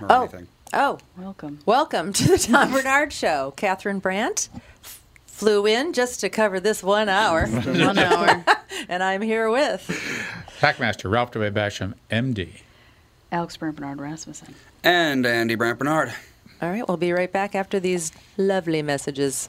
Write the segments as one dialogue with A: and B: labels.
A: or
B: Oh,
A: anything.
B: oh,
C: Welcome.
B: welcome to the Tom Bernard Show. Catherine Brandt f- flew in just to cover this one hour,
C: One hour.
B: and I'm here with.
D: Packmaster Ralph W. Basham, MD.
C: Alex Brant Bernard Rasmussen.
A: And Andy Brant Bernard.
B: All right, we'll be right back after these lovely messages.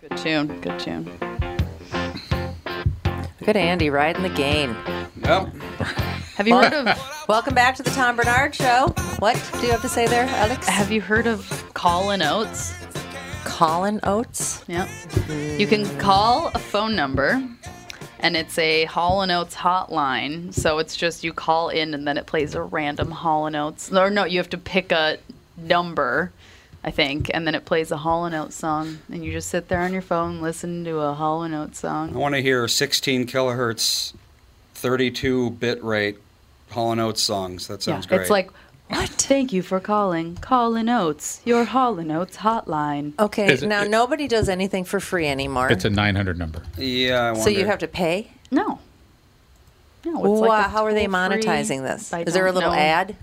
C: Good tune. Good tune.
B: Good Andy, riding the game.
A: Well,
C: Have you heard of
B: Welcome back to the Tom Bernard Show. What do you have to say there, Alex?
C: Have you heard of call and oats?
B: Colin Oates?
C: Yeah. You can call a phone number and it's a Hall and Oates hotline. So it's just you call in and then it plays a random Hall and Oates. Or no, you have to pick a number, I think, and then it plays a Hall and Oates song and you just sit there on your phone listen to a Hall and Oates
A: I
C: song.
A: want to hear 16 kilohertz, 32 bit rate Hall & Oates songs. That sounds great.
C: It's like what? Thank you for calling Call and Oates, your Hall and Oates hotline.
B: Okay,
D: Is it-
B: now nobody does anything for free anymore.
D: It's a 900 number.
A: yeah, I
B: so you
A: wonder.
B: have to pay?
C: No. No,
B: Wow,
C: it's like a
B: how are they
C: toll-free
B: monetizing this?
C: by
B: Is there a
C: don't
B: little
C: know.
B: ad?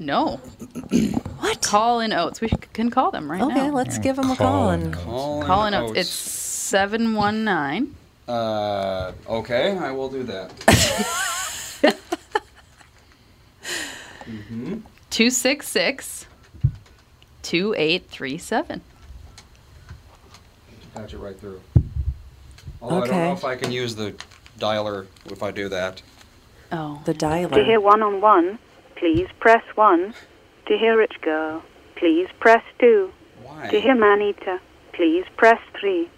C: No.
B: What?
C: Call in Oats. We should, can call them right
B: okay,
C: now.
B: let's give them a call.
D: Call
B: And
D: and-
A: Hall and
C: call in Oats. It's 719.
A: Uh, okay, I will do that.
C: 266 2837.
A: Patch it right through. Although I don't
B: Okay.
A: know if I can use the dialer if I do that.
C: Oh.
B: the
E: To hear
B: dialer.
E: one on one, please press one. To hear it go, please press two.
A: Why?
E: To hear Maneater, please press three.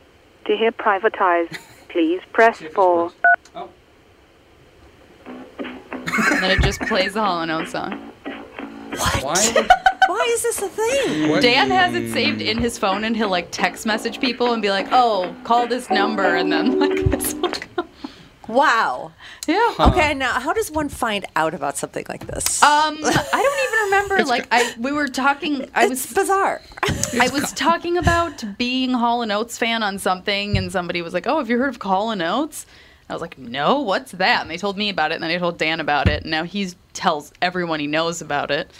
E: To hear Privatize, please press
A: See if this
E: four.
A: works. Oh,
C: And then it just plays the Hall and Oats song.
A: why?
B: Why is this a thing?
A: would-
C: Dan has it saved in his phone and he'll like text message people and be like, oh, call this number. And then like this will come.
B: Wow.
C: Yeah.
B: Okay, now how does one find out about something like this?
C: Um, I don't even remember. like I, we were talking. I
B: it's
C: was
B: bizarre.
C: I was talking about being Hall and Oates fan on something, and somebody was like, "Oh, have you heard of Hall and Oates?" I was like, "No, what's that?" And they told me about it, and then I told Dan about it, and now he tells everyone he knows about it.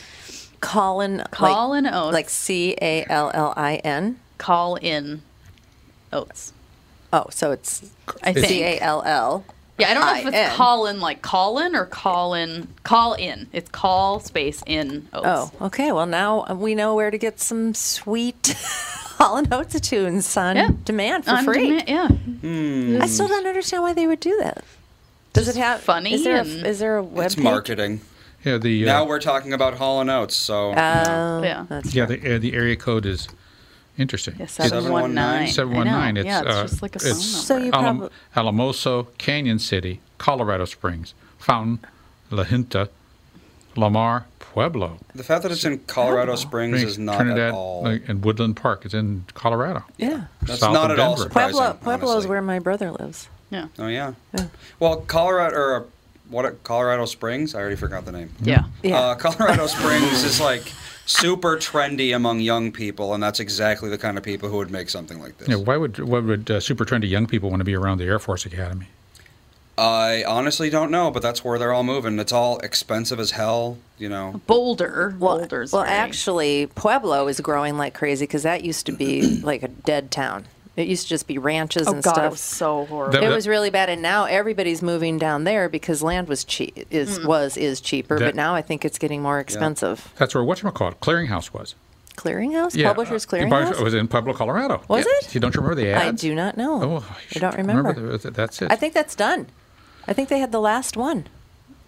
B: Colin.
C: Call
B: like,
C: and Oates.
B: Like C A L L I N.
C: Call in Oates.
B: Oh, so it's
C: I think.
B: C A L L.
C: Yeah, I don't know if
B: I-N.
C: it's call in like call in or call in call in. It's call space in Oates.
B: Oh, okay. Well, now we know where to get some sweet Hall and Oates tunes on
C: Yeah.
B: demand for
C: On
B: free.
C: demand- yeah.
B: I still don't understand why they would do that. Does it have
C: funny
B: Is there a,
C: and-
B: is there a web
A: It's marketing.
D: Yeah, the
A: Now
D: uh,
A: we're talking about Hall & Oates, so
B: Uh, Um,
C: Yeah.
D: yeah the, uh, the area code is interesting.
C: Yeah,
D: It's
C: 719. I know.
D: 719. It's,
C: yeah, it's
D: uh,
C: just like a phone
D: it's-
C: number.
B: So you
D: Alam-
B: probably
D: Alamoso, Canyon City, Colorado Springs, Fountain, La Junta, Lamar, Pueblo,
A: The fact that it's in Colorado Springs is not
D: Trinidad,
A: at all.
D: like, and Woodland Park. It's in Colorado.
B: Yeah.
A: that's
D: south
A: not
D: of
A: at all
D: Denver.
A: surprising.
B: Pueblo, Pueblo is
A: honestly.
B: where my brother lives.
C: Yeah.
A: Oh yeah. Well, Colorado or uh, what? Colorado Springs. I already forgot the name.
C: Yeah.
B: Yeah.
A: Uh, Colorado Springs is like super trendy among young people, and that's exactly the kind of people who would make something like this.
D: Yeah, why would why would uh, super trendy young people want to be around the Air Force Academy?
A: I honestly don't know, but that's where they're all moving. It's all expensive as hell, you know.
C: Boulder.
B: Well,
C: Boulder's
B: well
C: great.
B: actually, Pueblo is growing like crazy because that used to be like a dead town. It used to just be ranches
C: oh
B: and
C: god,
B: stuff.
C: it was so horrible.
D: That-
B: It was really bad, and now everybody's moving down there because land was cheap, is
C: Mm.
B: was is cheaper,
D: That-
B: but now I think it's getting more expensive.
D: That's where whatchamacallit, Clearinghouse was.
B: Clearinghouse,
D: Yeah,
B: publishers
D: uh, it was-
B: clearinghouse.
D: It was in Pueblo, Colorado.
B: Was
D: Yeah.
B: it?
D: You don't remember the
B: I
D: ads?
B: do not know.
D: Oh,
B: I
D: should
B: don't remember.
D: the- that's it.
B: I think that's done. I think they had the last one.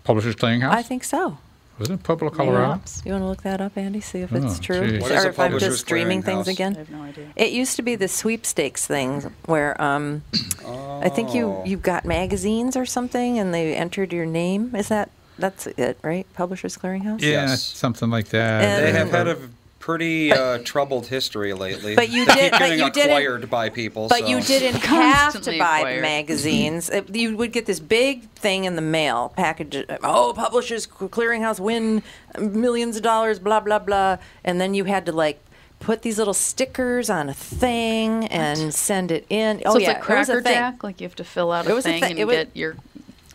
D: Publishers Clearinghouse.
B: I think so.
D: was it in Pueblo, Colorado?
C: Perhaps.
B: You want to look that up, Andy? See if it's
D: Oh,
B: true,
D: geez.
A: What is
B: or
A: a
B: if I'm
A: publishers'
B: just dreaming things
A: clearinghouse?
B: again.
C: I have no idea.
B: It used to be the sweepstakes thing where um, I think
A: Oh.
B: you you got magazines or something, and they entered your name. Is that that's it, right? Publishers Clearinghouse.
D: Yeah,
A: Yes.
D: something like that.
B: And-
A: They have had a pretty uh, troubled history lately.
B: But you
A: they
B: did-
A: keep
B: but
A: getting
B: you didn't-
A: acquired by people.
B: But
A: so.
B: you didn't have to
C: Constantly
B: buy
C: acquired.
B: magazines. It- you would get this big thing in the mail package. Oh, publishers clearinghouse win millions of dollars, blah blah blah, and then you had to like put these little stickers on a thing and send it in.
C: So
B: oh
C: it's
B: yeah,
C: like
B: it was a
C: Cracker
B: thing.
C: Jack. Like you have to fill out a
B: It was a
C: thing
B: thing.
C: and
B: It was-
C: get your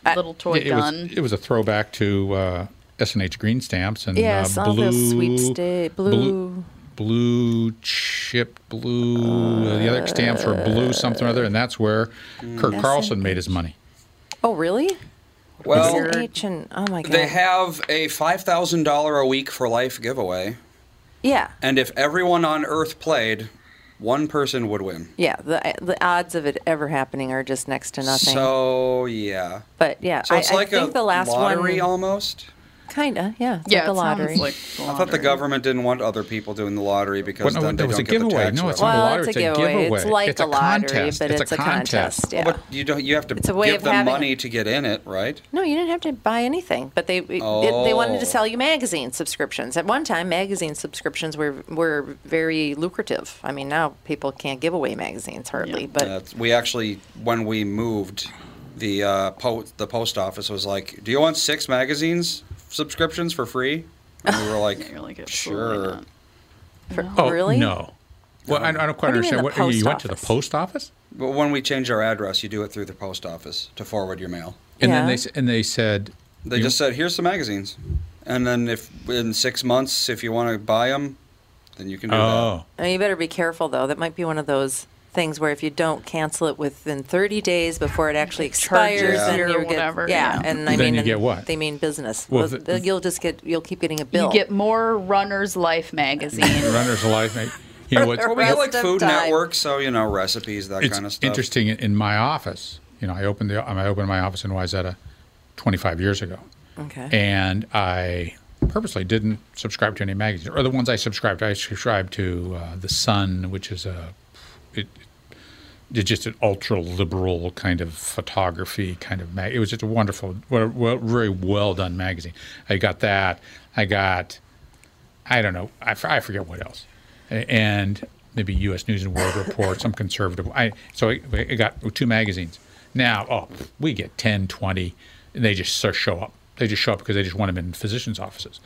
B: I-
C: little toy
D: it,
C: gun.
D: was, it was a throwback to uh, SNH green stamps and
B: Yes,
D: uh,
B: all
D: blue,
B: those sweepstake-
D: blue, blue chip, blue. uh, the other stamps were blue something or other, and that's where Kurt Carlson made his money.
B: Oh really?
A: well,
B: It's an H and oh my god.
A: they have a $5,000 a week for life giveaway,
B: yeah.
A: and if everyone on Earth played, one person would win.
B: Yeah, the the odds of it ever happening are just next to nothing.
A: So, yeah.
B: but yeah,
A: So it's
B: I,
A: like
B: I think
A: a
B: the last
A: lottery
B: one,
A: almost.
B: kinda, yeah, it's like a
C: yeah, it sounds
B: lottery.
C: like the
A: I thought the
C: lottery.
A: government didn't want other people doing the lottery because
D: Well, no,
A: then
D: it
A: they
D: was
A: don't get
D: a giveaway.
A: the tax
D: No, it's
A: revenue.
B: well,
D: not a
B: it's
D: lottery. It's
B: a
D: a
B: giveaway. It's
D: giveaway.
B: like
D: It's
B: a,
D: a
B: lottery,
D: contest.
B: but it's,
D: It's
B: a
D: a
B: contest.
D: contest.
B: Yeah.
A: Well, but you don't. You have to
B: It's a way
A: give
B: of
A: them
B: having
A: money
B: it.
A: to get in it, right?
B: no, you didn't have to buy anything, but they it- it- they wanted
A: Oh.
B: to sell you magazine subscriptions. At one time, magazine subscriptions were were very lucrative. I mean, now people can't give away magazines hardly,
C: Yeah.
B: but
A: That's, we actually, when we moved, the uh, po- the post office was like, "Do you want six magazines subscriptions for free?" And we were like,
C: You're like, absolutely
A: "Sure."
C: not.
B: for,
D: Oh
B: really,
D: no! Well, I, I don't quite
B: What do you mean
D: understand.
B: the
D: what
B: post
D: you went to the
B: office?
D: post office,
A: But when we changed our address, you do it through the post office to forward your mail.
D: and then
B: Yeah.
D: they s- and they said
A: They
D: you-
A: just said, "Here's some magazines," and then if in six months, if you want to buy them, then you can do that.
D: "Oh,
B: And you better be careful though. That might be one of those things where if you don't cancel it within 30 days before it actually
C: charge
B: expires,
A: you
B: then
C: or
B: you get
C: whatever,
B: yeah.
C: yeah.
B: And I
D: Then
B: mean,
D: you
B: and
D: get what?
B: They mean business.
D: Well,
B: Well,
D: the-
B: you'll just get you'll keep getting a bill.
C: You get more Runner's Life
B: Oh,
C: magazine.
D: runners alive." mate." You know what?
A: Well, we got like
B: Rest of
A: Food
B: time.
A: Network, so you know recipes, that
D: it's
A: kind of stuff.
D: interesting in- in my office. You know, I opened the I opened my office in Wayzata 25 years ago,
B: Okay.
D: and I purposely didn't subscribe to any magazines. Or the ones I subscribed, to, I subscribed to uh, the Sun, which is a it, it's just an ultra liberal kind of photography kind of mag. It was just a wonderful, well, well, very well done magazine. I got that. I got I don't know. I, f- I forget what else. A- And maybe U.S. News and World Report, some conservative. I so I, I got two magazines. Now, oh, we get 10, 20, and they just sort of show up. They just show up because they just want them in physicians' offices,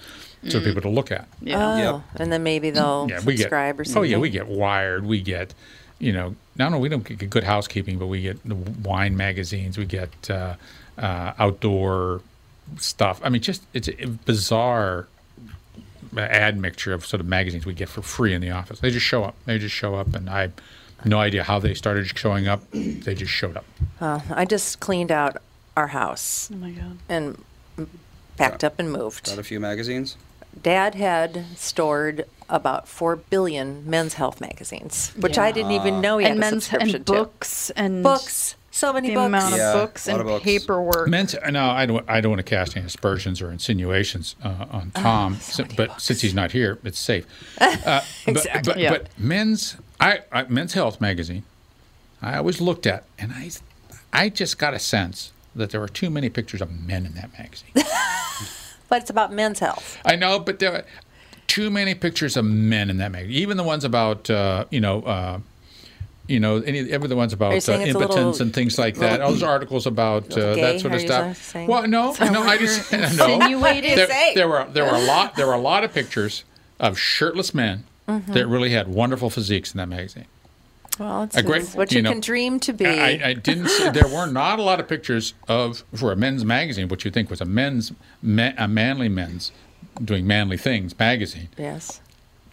D: so people to look at.
C: yeah.
B: Oh,
A: Yep.
B: and then maybe they'll
D: Yeah, we get.
B: subscribe or
D: oh
B: something.
D: yeah, we get Wired. We get, you know, not only we don't get good housekeeping, but we get the wine magazines. We get uh, uh, outdoor stuff. I mean, just it's a bizarre admixture of sort of magazines we get for free in the office. They just show up. They just show up, and I have no idea how they started showing up. They just showed up.
B: Well, I just cleaned out our house
C: Oh my god.
B: and packed up and moved.
A: Got a few magazines.
B: Dad had stored about four billion men's health magazines, which I didn't even know he
C: And
B: had a
C: men's
B: subscription
C: and books and
B: to. Books, so many
C: The
B: books.
C: amount
A: Yeah,
C: of books
A: a lot
C: and
A: of books.
C: paperwork.
D: Men's, no, I don't. I don't want to cast any aspersions or insinuations uh, on Tom,
B: Oh, so
D: si-
B: many
D: but
B: books.
D: since he's not here, it's safe. Uh, But, but,
C: Yeah.
D: but men's, I, I men's health magazine, I always looked at, and I, I just got a sense that there were too many pictures of men in that magazine.
B: But it's about men's health.
D: I know, but there are too many pictures of men in that magazine. Even the ones about uh, you know, uh, you know, any even the ones about
B: you
D: uh,
B: saying it's a
D: impotence
B: little-
D: and things like that. All those articles about uh,
B: gay?
D: that sort
B: Are
D: of
B: you
D: stuff.
B: saying-
D: Well, no, no, I just no.
C: Insinuating?
D: There,
B: say?
D: there were there were a lot there were a lot of pictures of shirtless men
B: Mm-hmm.
D: that really had wonderful physiques in that magazine.
B: Well, it's,
D: A great-
B: it's what
D: you
B: you,
D: know,
B: can dream to be.
D: I, I didn't. See, there were not a lot of pictures of for a men's magazine, which you think was a men's ma- a manly men's doing manly things magazine.
B: yes.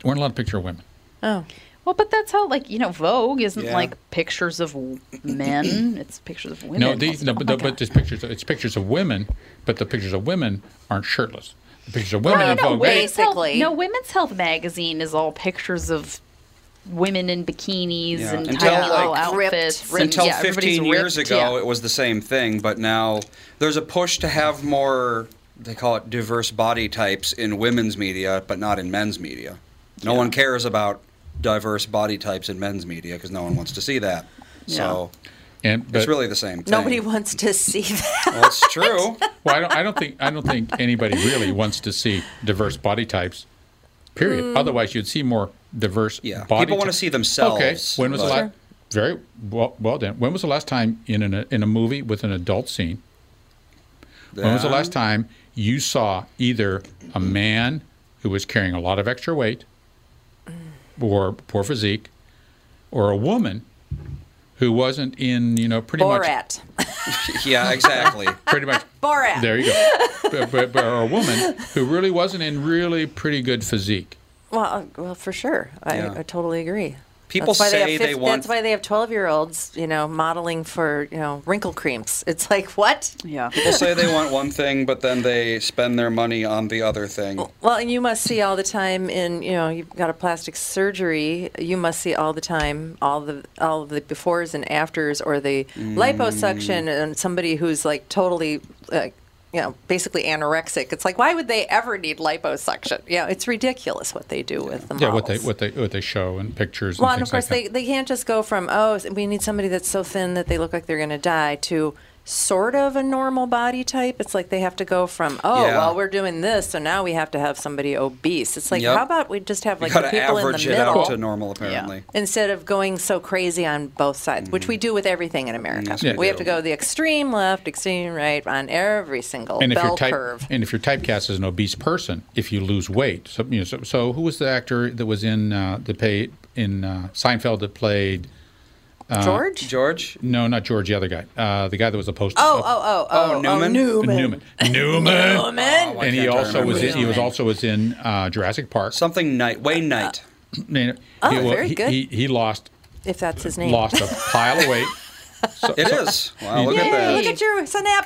D: There weren't a lot of picture of women.
B: Oh.
C: Well, but that's how, like, you know, Vogue isn't
A: Yeah.
C: like pictures of w- men; it's oh pictures of women.
D: No, these, no, but,
B: oh
D: the, but it's pictures. It's pictures of women, but the pictures of women aren't shirtless. The pictures of women
C: no,
D: in
C: Uh, no,
D: Vogue.
B: wait.
C: women's health,
B: Basically.
C: no, women's health magazine is all pictures of women in bikinis
A: Yeah.
C: and
A: Until,
C: tiny little
B: like, ripped-
C: outfits. and-
A: until
C: yeah, everybody's
A: 15 years
C: ripped,
A: ago
C: yeah.
A: it was the same thing but now there's a push to have more they call it diverse body types in women's media but not in men's media no one cares about diverse body types in men's media because no one wants to see that so
D: And but,
A: it's really the same thing
B: Nobody wants to see that.
A: well, it's true
D: well, I don't, I don't think I don't think anybody really wants to see diverse body types. Period. Otherwise, you'd see more diverse.
A: Yeah.
D: body
A: People wanna
D: ty-
A: see themselves,
D: Okay. When was the
A: but-
D: last? Very well, well done. When was the last time in an, in a movie with an adult scene? When was the last time you saw either a man who was carrying a lot of extra weight or poor physique, or a woman who wasn't in you know pretty much
B: Borat.
A: yeah exactly
D: pretty much
B: Borat.
D: There you go. but, but, but, or a woman who really wasn't in really pretty good physique.
B: Well, uh, well, for sure. I,
A: Yeah.
B: I totally agree.
A: People
B: that's why
A: say
B: have
A: they want-
B: That's why they have twelve-year-olds, you know, modeling for you know wrinkle creams. It's like what?
C: Yeah.
A: people say they want one thing but then they spend their money on the other thing
B: Well, and you must see all the time in you know you've got a plastic surgery. You must see all the time all the all of the befores and afters, or the
A: Mm.
B: liposuction, and somebody who's like totally. Uh, you know, basically anorexic. It's like, why would they ever need liposuction? Yeah, it's ridiculous what they do with the
D: Yeah,
B: models.
D: what they what they what they show in pictures.
B: Well,
D: and
B: and of
D: things
B: course,
D: like
B: they,
D: that.
B: they can't just go from, oh, we need somebody that's so thin that they look like they're going to die to sort of a normal body type. It's like they have to go from, oh,
A: Yeah.
B: well, we're doing this, so now we have to have somebody obese. It's like,
A: Yep.
B: how about we just have
A: you
B: like the
A: gotta
B: people in the
A: average it out to
B: middle
A: normal apparently Mm-hmm.
B: instead of going so crazy on both sides, which we do with everything in America.
A: Yes,
D: we
B: we have
A: do.
B: to go the extreme left, extreme right on every single
D: and if
B: bell
D: you're type
B: curve.
D: and if you're typecast as an obese person, if you lose weight, so, you know, so, so who was the actor that was in uh, the pay in uh, Seinfeld that played uh,
B: George?
A: george
D: no, not George, the other guy, uh, the guy that was a post.
B: Oh, oh, oh, oh,
A: Newman?
B: Oh, Newman. Oh,
D: Newman, Newman,
B: Newman.
A: Oh, I
D: and he
A: can't
D: also was
A: remember
D: in, he was
B: Newman.
D: also was in uh, Jurassic Park.
A: something night wayne knight
D: oh,
B: Oh, very good.
D: He, he lost
B: If that's his name.
D: lost a pile of weight. So,
A: It
D: so-
A: is. Wow, look at
D: Yay.
B: Hey,
A: that.
B: look at your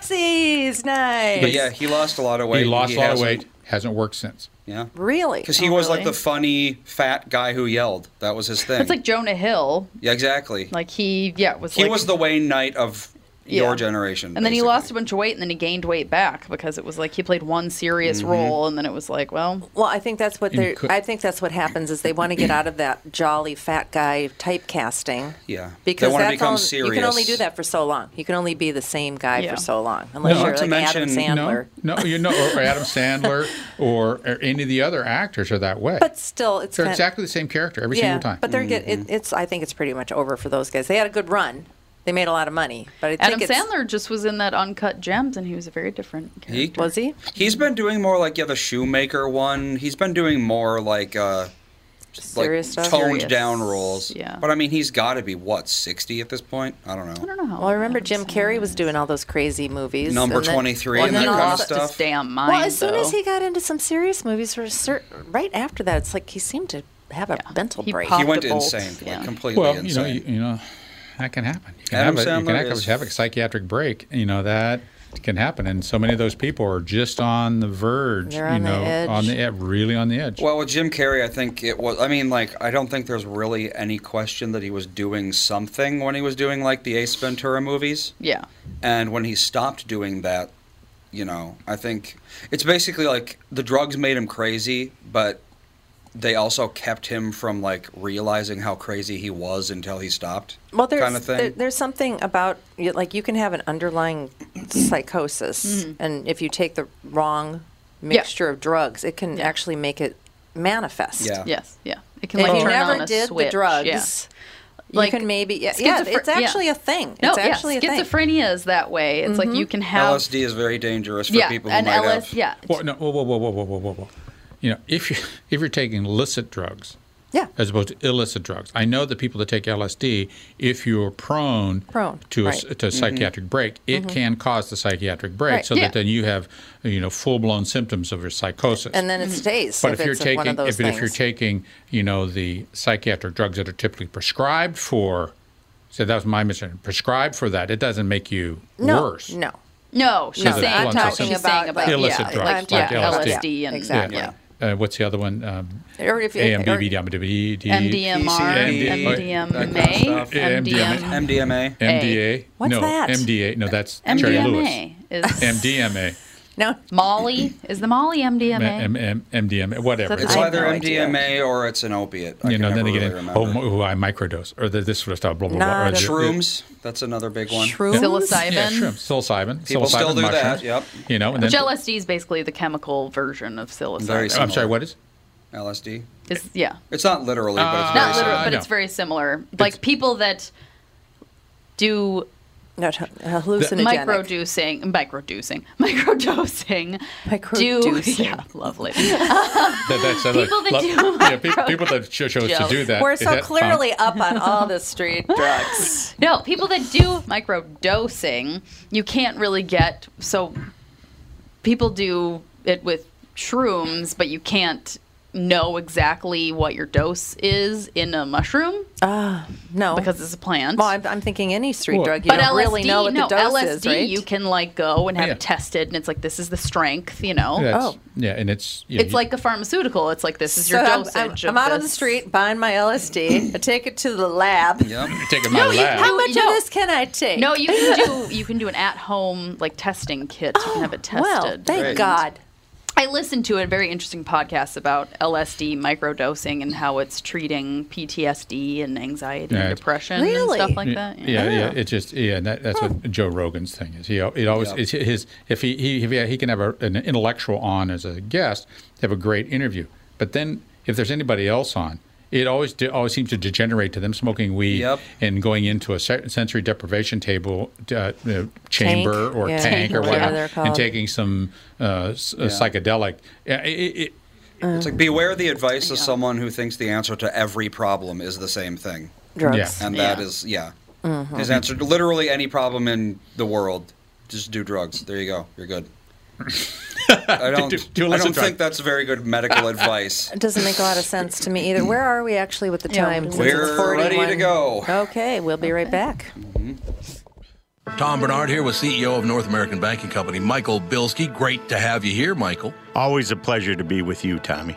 B: synapses. Nice.
A: But yeah, he lost a lot of weight.
D: He lost a lot of
A: hasn't-
D: weight. Hasn't worked since.
A: Yeah.
B: Really?
A: Because he
C: Oh,
A: was like
C: really?
A: the funny, fat guy who yelled. That was his thing.
C: It's like Jonah Hill.
A: yeah, exactly.
C: Like he, yeah, was
A: he
C: like,
A: was the Wayne Knight of
C: Yeah.
A: your generation.
C: And then he
A: basically.
C: lost a bunch of weight, and then he gained weight back because it was like he played one serious
A: Mm-hmm.
C: role, and then it was like, well,
B: Well, I think that's what
D: And
B: they
D: could-
B: I think that's what happens is they want to get out of that jolly fat guy typecasting.
A: Yeah. They
B: Because
A: wanna
B: that's
A: become
B: all, you can only
A: serious.
B: do that for so long. You can only be the same guy
C: Yeah.
B: for so long, unless
D: No.
B: you're
D: Not
B: like
A: to
B: Adam
A: mention-
B: Sandler.
D: No, no, you know, or, or Adam Sandler, or, or any of the other actors are that way.
B: But still, it's
D: they're
B: kind
D: exactly the same character every
B: Of, yeah,
D: single time.
B: but they're get, it,
A: Mm-hmm.
B: it's. I think it's pretty much over for those guys. They had a good run. They made a lot of money, but I think
C: Adam
B: it's,
C: Sandler just was in that Uncut Gems, and he was a very different character.
A: He,
B: was he?
A: He's been doing more like, yeah, the shoemaker one. He's been doing more like, uh, like
B: Serious stuff.
A: toned
C: Serious.
A: down roles.
C: Yeah.
A: But I mean, he's got to be, what, 60 at this point? I don't know.
C: I don't know how.
B: Well, I remember
C: Oh,
B: Jim
C: Adam Sandler
B: Carrey
C: is.
B: was doing all those crazy movies.
A: Number
B: and then-
A: 23
C: Well,
A: and
C: then
A: that
C: he
A: kind of
C: lost
A: stuff.
C: his damn mind.
B: Well, as soon as
C: though.
B: he got into some serious movies, for a cer right after that, it's like he seemed to have a mental
C: He
B: break.
A: He
C: popped-
A: went
C: Octobolt,
A: insane. Like,
C: yeah.
A: Completely
D: well, you know,
A: insane.
D: you, you know, that can happen. You can
A: Adam
D: have a, you can
A: Sandler
D: have,
A: is-
D: a- have a psychiatric break. You know that can happen, and so many of those people are just on the verge.
B: They're
D: you
B: on the
D: know,
B: edge.
D: on the edge, really on the edge.
A: Well, with Jim Carrey, I think it was. I mean, like, I don't think there's really any question that he was doing something when he was doing, like, the Ace Ventura movies.
C: yeah,
A: And when he stopped doing that, you know, I think it's basically like the drugs made him crazy, but they also kept him from, like, realizing how crazy he was until he stopped.
B: well, there's
A: kind of thing.
B: there- there's something about
C: Mm-hmm.
B: you- like you can have an underlying psychosis, and if you take the wrong mixture of drugs, it can actually make it manifest.
A: Yeah.
C: Yes, yeah. It can
B: If
C: like
B: you
C: turn on
B: never
C: a
B: did
C: switch.
B: the drugs,
C: yeah.
B: you can maybe yeah, yeah,
C: schizophr-
B: it's actually a thing.
C: No,
B: it's
C: yeah,
B: actually a thing. Mm-hmm.
C: schizophrenia is that way. It's like you can have
A: LSD is very dangerous for
C: yeah,
A: people who
C: and
A: might
C: LS,
A: have.
C: yeah,
D: Well, no, whoa, whoa, whoa, whoa, whoa, whoa, whoa, whoa. You know, if you if you're taking illicit drugs,
B: Yeah.
D: as opposed to illicit drugs, I know that people that take LSD, if you're prone,
B: Prone,
D: to a, s-
B: right. Mm-hmm.
D: to a psychiatric break, it can cause the psychiatric break,
B: Right.
D: so
C: Yeah.
D: that then you have you know full blown symptoms of your psychosis.
B: And
C: Mm-hmm.
B: then it stays.
D: But
B: if,
D: if, you're
B: it's
D: taking,
B: one of those
D: if, but
B: things.
D: if you're taking, you know, the psychiatric drugs that are typically prescribed for, so that was my mission, prescribed for that, it doesn't make you
B: no,
D: worse.
B: no,
C: No, she's
D: No,
C: saying
D: I'm
C: that's not what
D: talking
C: she's
B: about,
C: saying about
B: like,
D: Illicit
C: yeah,
D: drugs,
C: yeah,
D: like LSD.
C: LSD and
B: Exactly.
C: yeah.
D: Uh, what's the other one? Um,
B: Or if you-
D: AMBB,
B: or-
D: DMBD,
C: MDMR,
D: MDMA,
C: MDMA, MDMA,
A: MDMA.
D: MDA.
B: What's
D: no,
B: that?
D: MDA. No, that's Jerry Lewis.
C: MDMA is
D: MDMA.
B: no.
C: Molly. Is the Molly
D: M- M-
C: MDMA?
D: M- MDMA. Whatever.
C: That's
A: It's
C: I have
A: either
C: no idea.
A: MDMA or it's an opiate. I
D: you
A: can
D: know,
A: never
D: then they get
A: really
D: in,
A: remember.
D: oh, mo- oh, I microdose, or the, this sort of stuff, blah, blah, blah.
B: Not
D: or
B: a-
D: the-
A: Shrooms. That's another big one.
B: Shrooms?
C: Psilocybin.
D: Yeah, shrooms, psilocybin.
A: People
D: psilocybin
A: still do that,
D: mushrooms,
A: yep.
D: You know, and then
C: Which LSD is basically the chemical version of psilocybin.
A: Very
D: I'm
A: similar.
D: sorry, what is?
A: LSD.
C: It's- yeah,
A: It's not literally, but it's
D: Uh,
A: very
C: not literal,
A: similar.
C: but
D: no.
C: it's very similar. Like people that do
B: No, t- hallucinogenic.
C: microdosing, microdosing, microdosing,
B: Microdosing.
C: do yeah, lovely.
D: That, that's, that,
C: People that do
D: yeah, pe- people that cho- chose to
C: Joe.
D: do that.
B: We're
D: is
B: so
D: that fun?
B: clearly up on all the street drugs.
C: No, people that do microdosing, you can't really get. So people do it with shrooms, but you can't know exactly what your dose is in a mushroom
B: No,
C: because it's a
B: Oh.
C: plant.
B: well, I'm, I'm thinking any street
D: Well,
B: drug. You
C: but
B: don't
C: LSD,
B: really know what
C: no,
B: the dose
C: LSD,
B: is, right?
C: you can like go and have
D: Yeah.
C: it tested, and it's like this is the strength, you know.
D: That's,
B: Oh.
D: Yeah, and it's. You know,
C: It's
D: you-
C: like a pharmaceutical. It's like this is your
B: so I'm-
C: dosage.
B: I'm,
C: of
B: I'm out on the
C: this.
B: street buying my LSD. I take it to the lab.
A: Yep.
D: You're taking my
C: No, you-
D: lab.
B: How much
C: No.
B: of this can I take?
C: No, you can do you can do an at home like testing kit. You can have it tested.
B: Well, thank
A: Right.
B: God.
C: I listened to a very interesting podcast about LSD microdosing and how it's treating PTSD and anxiety
D: Yeah.
C: and depression and
B: Really?
C: stuff like
D: yeah,
C: that.
D: yeah, It's just yeah. and That, that's what Joe Rogan's thing is. He it always
A: Yeah.
D: it's his if he he if he, he can have a, an intellectual on as a guest, have a great interview. But then if there's anybody else on, it always de- always seems to degenerate to them smoking weed
A: Yep.
D: and going into a se- sensory deprivation table uh, you know, chamber or
B: yeah,
D: tank or
B: whatever they're
D: whatever, and
B: called.
D: taking some uh, s- uh, psychedelic. Yeah, it- it- it-
A: It's like beware the advice of someone who thinks the answer to every problem is the same thing.
B: Drugs.
A: And that is, yeah.
B: Mm-hmm.
A: His answer to literally any problem in the world. Just do drugs. There you go. You're good. I don't,
D: Do- do a
A: I
D: lesson
A: don't
D: drug.
A: think that's very good medical advice.
B: It doesn't make a lot of sense to me either. Where are we actually with the
C: Yeah.
B: time? since it's
A: We're ready to
B: 41?
A: go.
B: Okay, we'll be right back.
F: Tom Bernard here with CEO of North American Banking Company, Michael Bilski. Great to have you here, Michael.
G: Always a pleasure to be with you, Tommy.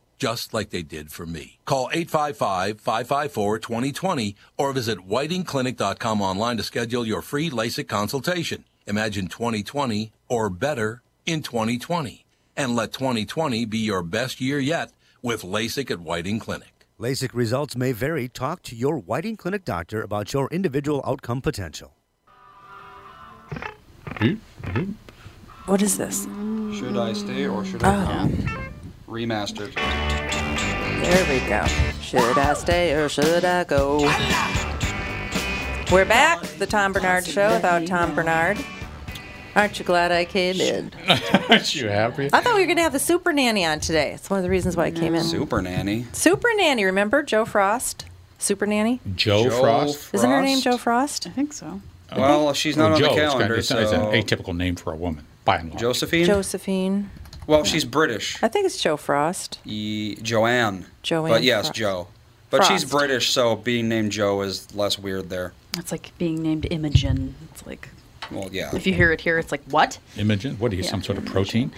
F: just like they did for me. Call 855-554-2020 or visit whitingclinic.com online to schedule your free LASIK consultation. Imagine 2020 or better in 2020 and let 2020 be your best year yet with LASIK at Whiting Clinic.
H: LASIK results may vary. Talk to your Whiting Clinic doctor about your individual outcome potential.
B: What is this?
A: Should I stay or should
B: Oh,
A: I come? Remastered.
B: There we go. Should I stay or should I go? We're back, the Tom Bernard Show without Tom Bernard. Aren't you glad I came in?
D: Aren't you happy?
B: I thought we were going to have the Super Nanny on today. It's one of the reasons why I came in.
A: Super nanny.
B: Super Nanny, remember Joe Frost? Super Nanny?
D: Joe, Frost.
B: Isn't her name Joe Frost?
C: I think so.
A: Well, she's not
D: Or
A: on
D: Joe.
A: the
D: It's
A: calendar,
D: It's,
A: so
D: it's an atypical name for a woman, by and large.
A: Josephine.
B: Josephine.
A: well, she's British.
B: I think it's Joe Frost.
A: E- Joanne.
B: Joanne
A: But yes,
B: Frost.
A: Joe. But she's
B: Frost.
A: British, so being named Joe is less weird there.
C: That's like being named Imogen. It's like
A: Well, yeah.
C: if you hear it here, it's like what?
D: Imogen. What are you, some sort of protein?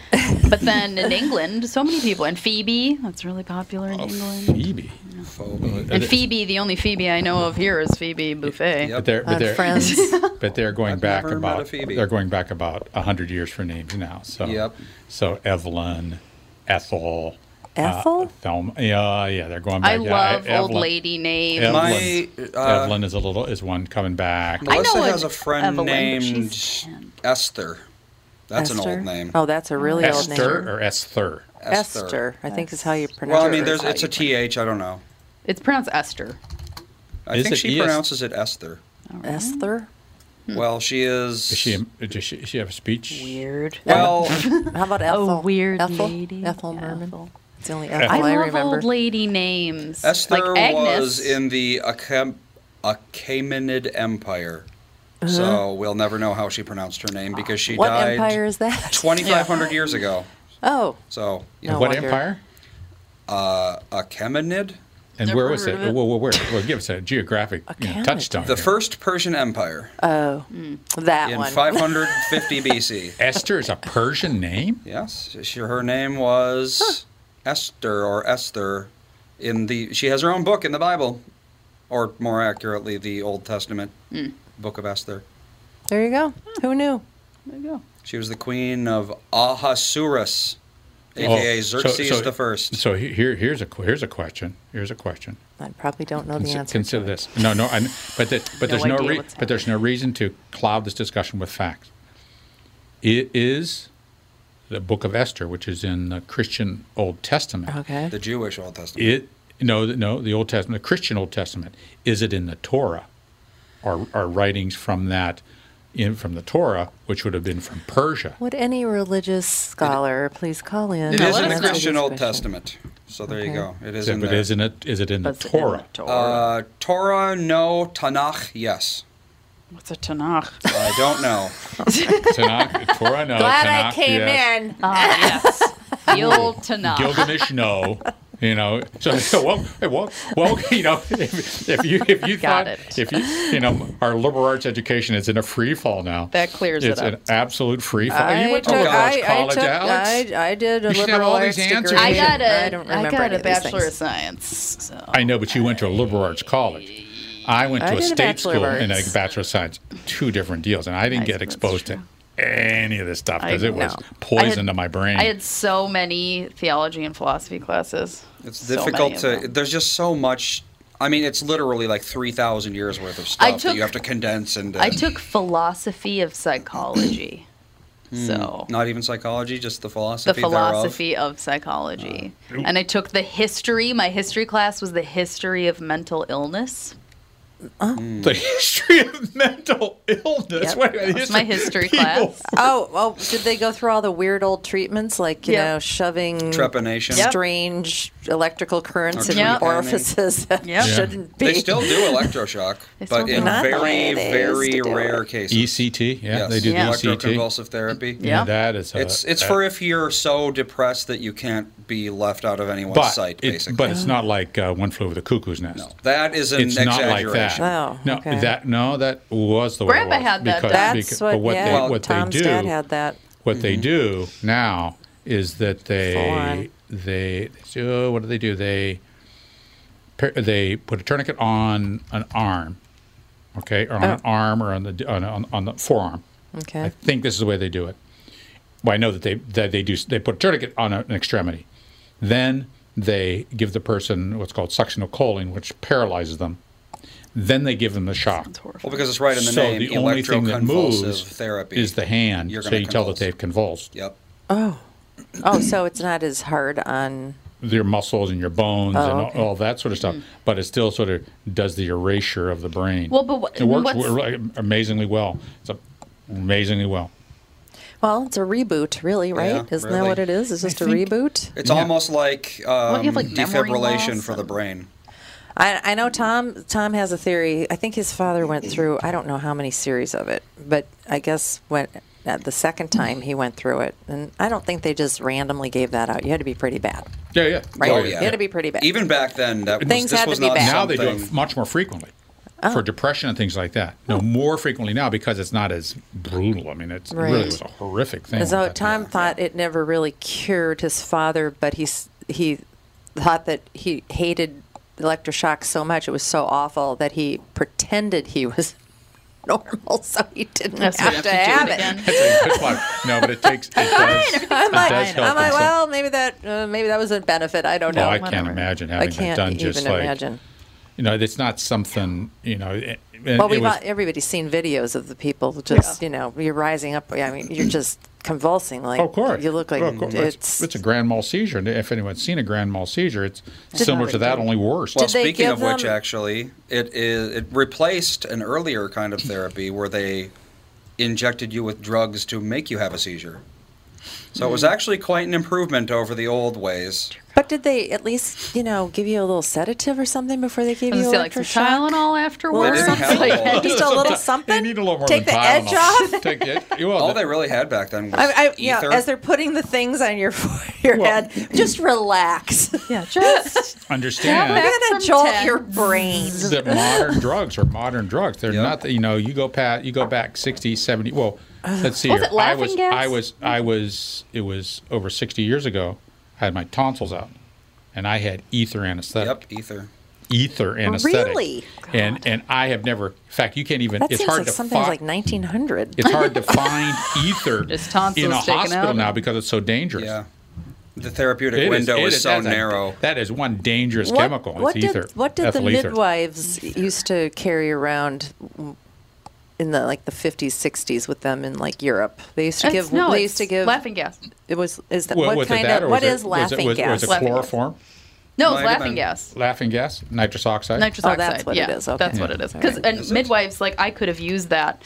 C: But then in England, so many people and Phoebe. That's really popular
D: Oh,
C: in England.
D: Phoebe.
A: Phobia.
C: And Phoebe, the only Phoebe I know of here is Phoebe Buffet.
A: Yep.
D: But they're, but
B: On
D: they're,
B: Friends.
D: but they're going
A: I've
D: back
A: never met a
D: about
A: Phoebe.
D: they're going back about hundred years for names now. So
A: Yep.
D: so Evelyn, Ethel,
B: Ethel?
D: uh, Thelma. Yeah, yeah, they're going back.
C: I
D: yeah,
C: love old
D: Evelyn-
C: lady names.
D: Evelyn,
A: My, uh,
D: Evelyn is a little is one coming back.
C: I
A: Melissa
C: know
A: has
C: an
A: a friend
C: Evelyn, but
A: named
C: she's ten.
A: Esther. That's an
B: Esther?
A: old name.
B: Oh, that's a really old
D: Esther
B: name.
D: or Esther.
B: Esther. I think is how you pronounce
A: Well, I mean,
B: it.
A: there's it's a th. I don't know.
C: It's pronounced Esther.
A: I
D: Is
A: think
D: it E
A: she
D: ES?
A: pronounces it Esther.
B: Esther. Hmm.
A: Well, she is.
D: Is she a- does she, does she have a speech?
C: Weird.
A: well,
B: How about
C: Oh,
B: Ethel?
C: weird
B: Ethel?
C: lady.
B: Ethel Merman.
C: Ethel.
B: It's the only Ethel
C: I,
B: I,
C: love
B: remember.
C: old lady names.
A: Esther
C: like Agnes.
A: was in the Achem- Achaemenid Empire. So we'll never know how she pronounced her name because she
B: Uh-huh. What
A: died
B: empire is that?
A: 2,500 years ago.
B: Oh,
A: So, you
B: No
D: what
B: wonder.
D: empire?
A: uh, Achaemenid?
D: And
C: Never
D: where was
C: heard
D: it?
C: of
D: Whoa,
C: it.
D: whoa, where? Well, give us a geographic you know,
B: Canada.
D: touchstone.
A: The
D: here.
A: first Persian Empire
B: Oh, Hmm. that
A: in
B: one.
A: 550 BC.
D: Esther is a Persian name.
A: Yes, she, her name was Esther or Esther. In the she has her own book in the Bible, or more accurately, the Old Testament book of Esther.
B: There you go. Who knew?
C: There you go.
A: She was the queen of Ahasuerus, aka
D: Oh, so-
A: Xerxes
D: so-
A: the First.
D: So he- here, here's a here's a question. Here's a question.
B: I probably don't know the
D: Consi-
B: answer.
D: Consider this. No, no, I'm, but the, but
C: No
D: there's no
C: idea
D: re-
C: what's
D: but there's no reason to cloud this discussion with facts. It is the Book of Esther, which is in the Christian Old Testament.
B: Okay.
A: The Jewish Old Testament.
D: It no th- no the Old Testament, the Christian Old Testament. Is it in the Torah, or are writings from that in from the Torah, which would have been from Persia?
B: Would any religious scholar please call in?
A: It
C: Now
A: is
C: let
A: in the
C: us know.
A: Christian Old Testament. So there you go. It is
D: Yeah,
A: in
D: but
A: there.
D: isn't it is it in the
C: That's in the
D: Torah?
C: Torah.
A: uh, Torah, no. Tanakh, yes.
C: What's a Tanakh?
A: I don't know.
D: Tanakh, Torah, no.
B: Glad I
D: Tanakh,
B: came
D: yes.
B: in.
C: Ah, yes. The old Tanakh.
D: Gilgamesh, no. You know, so, so well, well, well, you know, if, if you if you
C: Got
D: thought
C: it.
D: if you you know our liberal arts education is in a free fall now.
C: That clears it
D: it's
C: up.
D: an absolute free fall.
B: I
D: you went to
B: took-
D: a
B: I-
D: college,
B: I
D: college
B: took-
D: Alex.
B: I, I did a
D: You should have
B: liberal
D: all
B: arts
D: these
B: degree.
D: answers.
C: I got a,
B: I don't remember
C: I got
B: any
C: a
B: of these
C: Bachelor of
B: things.
C: Science. So.
D: I know, but you went to a liberal arts college. I went
B: I
D: to a
B: did a
D: state
B: Bachelor of
D: school and a
B: Arts.
D: Bachelor of Science. Two different deals, and I didn't
C: Nice,
D: get
C: that's
D: exposed to
C: true.
D: any of this stuff because
C: I-
D: it was
B: no.
D: poison
C: I had-
D: to my brain.
C: I had so many theology and philosophy classes.
A: It's
C: So many
A: difficult
C: of
A: to.
C: them.
A: There's just so much. I mean, it's literally like three thousand years worth of stuff
C: I
A: that
C: took-
A: you have to condense into.
C: I took philosophy of psychology. so
A: Hmm. not even psychology, just the
C: the
A: philosophy.
C: philosophy of psychology.
D: Oh.
C: and I took the history. My history class was the history of mental illness.
D: the history of mental
C: Yep,
D: illness. Wait a minute,
C: that was my history class.
B: Oh, oh, did they go through all the weird old treatments like, you
C: Yep.
B: know, shoving
A: Thereof. Trepanation.
B: strange electrical currents in
A: Yep.
B: orifices that
C: Yep. Yeah.
B: shouldn't be?
A: They still do electroshock,
C: They still
A: but
C: do.
A: in
B: Not the
A: very,
B: way they used
A: very
B: to do
A: rare
B: it.
A: cases.
D: ECT, E yeah,
A: Yes,
D: they do
C: Yeah.
D: the E ECT.
A: electroconvulsive therapy.
C: Yeah.
D: that is uh, a,
A: It's it's
D: that-
A: for if you're so depressed that you can't be left out of anyone's
D: but
A: sight,
D: it-
A: basically.
D: but it's not like uh, one flew over the cuckoo's nest.
A: no, that is an
D: It's not like
A: exaggeration.
D: that.
B: Oh,
D: no,
B: okay.
D: that no, that was the way. it
C: Grandpa
D: was,
C: had that
D: because-
C: done.
B: That's
D: because-
B: what,
D: but what
B: yeah,
D: they,
A: Well,
D: what they
B: Tom's
D: do,
B: dad had Mm-hmm. that.
D: what they do now is that
B: Full on.
D: they they so what do they do? They pa- they put a tourniquet on an arm, okay, or on
B: Oh.
D: an arm or on the on, on, on the forearm. I
B: Okay.
D: think this is the way they do it. Well, I know that they that they do they put a tourniquet on a- an extremity, then They give the person what's called succinylcholine, which paralyzes them. Then they give them the shock.
A: Well, because it's right in the
D: so
A: name,
D: the only thing that moves
A: electroconvulsive therapy.
D: is the hand,
A: You're
D: so
A: gonna
D: you tell that
A: convulse.
D: they've convulsed.
A: Yep.
B: Oh. Oh, so it's not as hard on.
D: Your muscles and your bones
B: Oh,
D: and all,
B: okay.
D: all that sort of stuff, but it still sort of does the erasure of the brain.
C: Well, but what-
D: it works
C: what's-
D: wi- amazingly well. It's a- amazingly well.
B: Well, it's a reboot, really, right?
A: Yeah,
B: Isn't that
A: really.
B: what it is? Is just a
D: think-
B: reboot?
A: It's
D: Yeah.
A: almost like, um,
C: you have, like, memory
A: defibrillation
C: loss
A: for the
C: and-
A: brain.
B: I, I know Tom. Tom has a theory. I think his father went through. I don't know how many series of it, but I guess when at the second time he went through it, and I don't think they just randomly gave that out. You had to be pretty bad,
D: Yeah, yeah.
B: right?
A: Oh, yeah.
B: You had to be pretty bad.
A: Even back then, that was,
B: Things
A: this
B: had to
A: was
B: be
A: not
B: bad.
D: Now
A: something.
D: they do it much more frequently
B: Oh.
D: for depression and things like that. No, more frequently now because it's not as brutal. I mean, it's it really
B: Right.
D: was a horrific thing.
B: And so
D: what that
B: Tom
D: did.
B: thought it never really cured his father, but he s- he thought that he hated electroshock so much it was so awful that he pretended he was normal, so he didn't
C: That's what
B: have to have it.
C: again.
D: It's a good plot. No, but it takes. It does, it
B: I'm like,
D: does help
B: I'm like,
D: in some-
B: well, maybe that, uh, maybe that was a benefit. I don't know.
D: Oh, I
C: whatever.
D: can't imagine
B: I
D: having
B: can't
D: that done
B: even
D: just like
B: imagine.
D: you know. It's not something you know. It, it
B: well, we've
D: was-
B: all, everybody's seen videos of the people just, you know, you're rising up. I mean, you're just convulsing. Like,
D: Oh, Of course.
B: you look like
D: Of course.
B: it's.
D: it's a grand mal seizure. And if anyone's seen a grand mal seizure, it's similar to that, only worse.
A: Well,
B: Did they
A: speaking of
B: give
A: which,
B: them-
A: actually, it is it replaced an earlier kind of therapy where they injected you with drugs to make you have a seizure. So it was
B: Mm-hmm.
A: actually quite an improvement over the old ways.
B: but did they at least, you know, give you a little sedative or something before they gave
C: I was
B: you
C: gonna say, like some
B: electroshock?
C: Tylenol
B: Well,
C: afterwards.
A: didn't have
C: Like,
A: all that.
B: just a little
D: They
B: something.
D: need a little more
B: Take
D: than
B: the
D: Tylenol.
B: edge off.
D: Take the edge- well,
A: All
D: the-
A: they really had back then was
B: I, I, yeah,
A: ether.
B: as they're putting the things on your your head, just relax.
C: yeah, just
D: understand.
C: Back
B: I'm
C: from
B: gonna jolt
C: 10.
B: your brain.
D: that modern drugs are modern drugs. They're
A: Yep.
D: not, the- you know, you go pat, you go back 60, 70. Well, let's see.
C: Was
D: here.
C: it laughing
D: I was,
C: gas?
D: I was, I was, it was over 60 years ago. I had my tonsils out and I had ether anesthetic.
A: yep, ether.
D: Ether anesthetic.
B: Oh, Really?
D: And, and I have never, in fact, you can't even,
B: That
D: it's
B: seems
D: hard
B: like
D: to
B: something
D: fi-
B: like 1900.
D: It's hard to find ether
C: Just tonsils
D: in a
C: sticking
D: hospital
C: out.
D: now because it's so dangerous.
A: Yeah. The therapeutic
D: It is-
A: window
D: it
A: is, so
D: that's a-
A: narrow.
D: that is one dangerous chemical.
B: What
D: it's
B: did
D: ether.
B: what did the
D: ethyl ether.
B: midwives used to carry around in the like the fifties, sixties with them in like Europe? They used to
C: It's-
B: give.
C: no,
B: they
C: it's
B: used to give.
C: laughing gas.
B: It was is that
D: Wa-
B: what
D: was it
B: kind
D: that or
B: of what
D: was it-
B: is
D: was it-
B: laughing
D: was-
B: gas?
D: Was it
C: Laughing gas.
D: chloroform?
C: No, it's
A: Might have
C: laughing
A: been-
C: gas.
D: Laughing gas, nitrous oxide.
C: Nitrous
B: Oh,
C: oxide.
B: that's what it
C: yeah,
B: is, okay.
C: That's what
B: Yeah.
C: it is. Because
B: All
C: and midwives, like I could have used that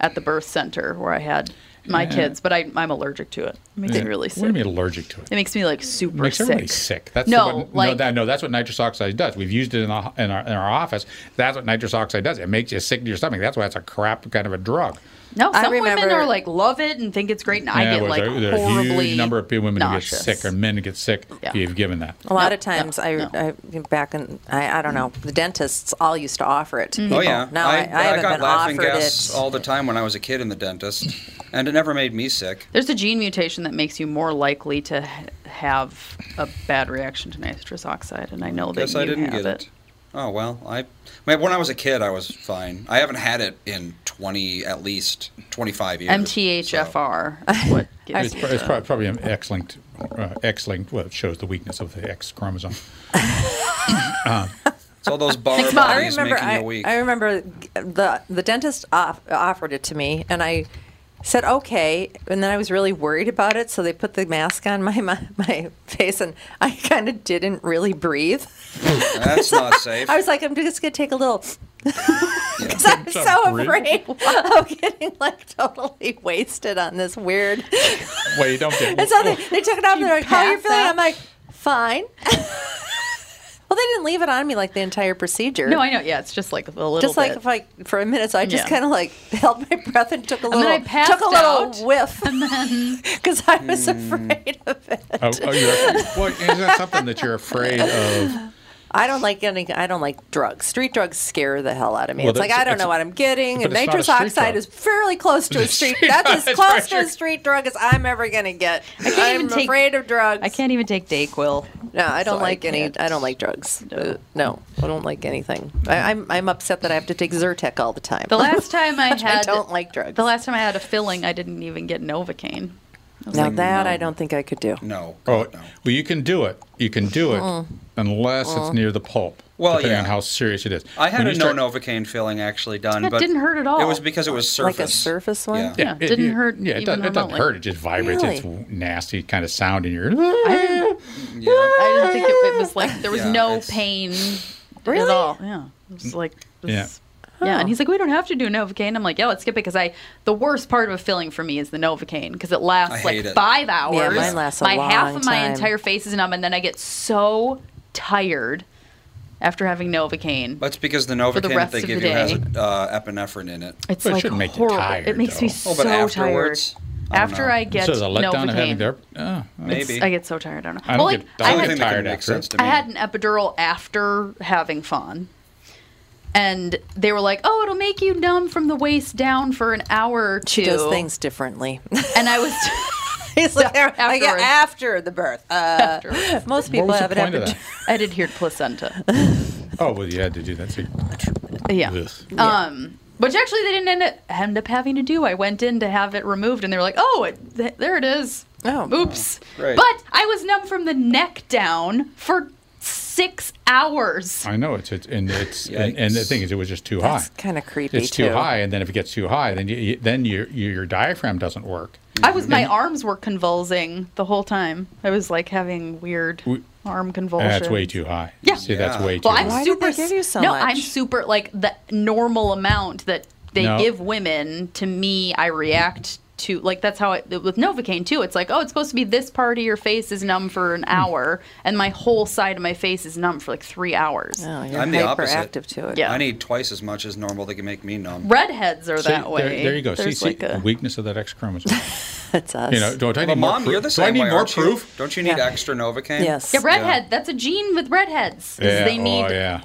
C: at the birth center where I had my kids, but I, I'm allergic to it. It makes
D: Yeah.
C: me really sick.
D: What do you mean allergic to it?
C: It makes me like super
D: makes everybody
C: sick.
D: sick. That's
C: No,
D: what, no,
C: like-
D: that, no, that's what nitrous oxide does. We've used it in our, in, our, in our office. That's what nitrous oxide does. It makes you sick to your stomach. That's why it's a crap kind of a drug.
C: No,
B: I
C: some women
B: remember-
C: are like love it and think it's great, and I
D: Yeah,
C: get
D: well,
C: like
D: there- there are
C: horribly
D: a huge number of women
C: nauseous.
D: who get sick or men who get sick.
C: Yeah. Oh,
D: if You've given that.
B: A lot
C: No,
B: of times,
C: no,
B: I,
C: no.
B: I back in I, I don't know the dentists all used to offer it. To
C: Mm-hmm.
B: people.
A: Oh yeah,
B: now I, I, haven't
A: got
B: been
A: laughing
B: offered
A: gas
B: it.
A: all the time when I was a kid in the dentist, and it never made me sick.
C: There's a gene mutation that makes you more likely to ha- have a bad reaction to nitrous oxide, and I know that
A: Guess
C: you
A: I didn't
C: have
A: get it. Oh well, I, I mean, when I was a kid, I was fine. I haven't had it in twenty, at least twenty-five years. so-
C: MTHFR is what gives
D: It's,
C: you
D: pro- it's
C: the-
D: pro- probably an X-linked, uh, X-linked. Well, it shows the weakness of the X chromosome.
A: It's all those bar
C: months.
B: I
A: bodies
B: remember.
A: making you
B: I,
A: weak.
B: I remember the the dentist off, offered it to me, and I said okay, and then I was really worried about it, so they put the mask on my my, my face, and I kind of didn't really breathe.
A: That's not safe.
B: I was like, I'm just gonna take a little. Because I'm so
D: breathe.
B: afraid of getting like totally wasted on this weird.
D: Well, you don't get.
B: And so they, they took it off. and They're like, "How are you
C: pass
B: feeling?"
C: out?
B: I'm like, "Fine." well, they didn't leave it on me like the entire procedure.
C: No, I know. Yeah, it's just like a little
B: just like
C: bit.
B: if I for a minute, so I just
C: Yeah.
B: kind of like held my breath and took a
C: then
B: little,
C: I passed
B: took a little
C: out,
B: whiff, because I was afraid of it.
D: oh, oh, you're, well, is that something that you're afraid of?
B: I don't like getting. I don't like drugs. Street drugs scare the hell out of me.
D: Well,
B: it's like
D: that's-
B: I don't
D: it's-
B: know what I'm getting, and
D: but it's not a
B: nitrous
D: street
B: oxide
D: drug.
B: is fairly close to a street.
D: street drug
B: That's as
D: is
B: close
D: right
B: to a
D: here.
B: street drug as I'm ever gonna get. I can't am
C: even take-
B: afraid of drugs.
C: I can't even take Dayquil.
B: No, I don't
C: So I
B: like any.
C: can't.
B: I don't like drugs. Uh, no, I don't like anything. I, I'm I'm upset that I have to take Zyrtec all the time.
C: The last time I
B: I
C: had,
B: don't like drugs.
C: The last time I had a filling, I didn't even get Novocaine.
B: Now that I don't think I could do.
A: No.
D: Oh, well, you can do it. You can do it
B: Mm.
D: unless
A: Mm.
D: it's near the pulp,
A: Well,
D: depending
A: yeah.
D: on how serious it is.
A: I had
D: When
A: a
D: you start-
A: no Novocaine filling actually done,
C: That
A: but
C: didn't hurt at all.
A: It was because it was surface.
B: Like a surface one?
A: Yeah.
C: Yeah, didn't hurt
D: Yeah, it,
C: even
D: doesn't, it doesn't
C: remotely.
D: hurt. It just vibrates.
C: Really?
D: It's nasty kind of sound in your.
C: I didn't, I didn't think it, it was like there was
D: Yeah,
C: no pain at all. Yeah, it was like
D: Yeah.
C: yeah.
B: Oh.
C: And he's like, we don't have to do Novocaine. I'm like, yeah, let's skip it because I the worst part of a filling for me is the Novocaine because it
B: I
C: lasts
B: hate
C: like
B: it.
C: five
B: Yeah,
C: hours.
B: mine lasts a
C: my half
B: long
C: of my
B: time.
C: entire face is numb, and then I get so tired after having Novocaine.
A: That's because the
C: For
A: Novocaine
C: the
A: that
C: rest
A: they
C: of
A: give
C: the
A: you has
C: day.
A: uh, epinephrine in it.
C: It's like horrible. It makes me so
A: Oh, but
C: tired.
A: afterwards, I don't
C: After
A: know.
C: I get
D: So the letdown
C: Novocaine,
D: of having therapy- oh,
C: It's-
D: maybe.
C: I get so tired. I don't know.
D: I don't
C: well, like,
D: get- I don't
C: I
D: get
C: had-
D: tired after.
C: I had an epidural after having fun. And they were like, "Oh, it'll make you numb from the waist down for an hour or two.
B: She does things differently.
C: And I was
B: He's like, I get
C: afterwards.
B: after the birth. Uh, most people
D: was the
B: have it
D: point
B: after.
D: of
C: I did hear placenta.
D: Oh well, you had to do that. So
C: Yeah.
D: Ugh.
C: Um, which actually they didn't end up, end up having to do. I went in to have it removed, and they were like, "Oh, it, th- there it is. Oh, oops."
D: Right.
C: But I was numb from the neck down for six hours.
D: I know it's, it's and it's and, and the thing is, it was just too
C: That's
D: high.
B: Kind of creepy
D: It's too high, and then if it gets too high, then you, you, then your your your diaphragm doesn't work.
C: I was my arms were convulsing the whole time. I was like having weird
D: We-
C: arm convulsions.
D: That's way too high.
C: Oh, Yeah.
D: See, that's way too
C: Well, I'm
D: high.
C: super.
B: give you so
C: no,
B: much?
C: I'm super like the normal amount that they
D: No.
C: give women. To me, I react to like that's how it with Novocaine too. It's like oh, it's supposed to be this part of your face is numb for
B: Hmm.
C: an hour, and my whole side of my face is numb for like three hours.
B: Oh,
A: I'm the opposite.
C: Yeah.
A: I need twice as much as normal that can make me numb.
C: Redheads are
D: See,
C: that
D: there-
C: way.
D: There, you go. See,
C: There's
D: see
C: like a-
D: the weakness of that X chromosome.
B: That's us.
D: You know, don't I need
A: Well,
D: more
A: Mom,
D: proof?
A: you're the
D: Do I
A: same
D: need
A: way,
D: more
A: aren't you?
D: proof?
A: Don't you need extra Novocaine?
C: Yeah, redhead. That's a gene with redheads. is
D: uh, Yeah,
C: They
D: oh,
C: need Eh?
D: yeah.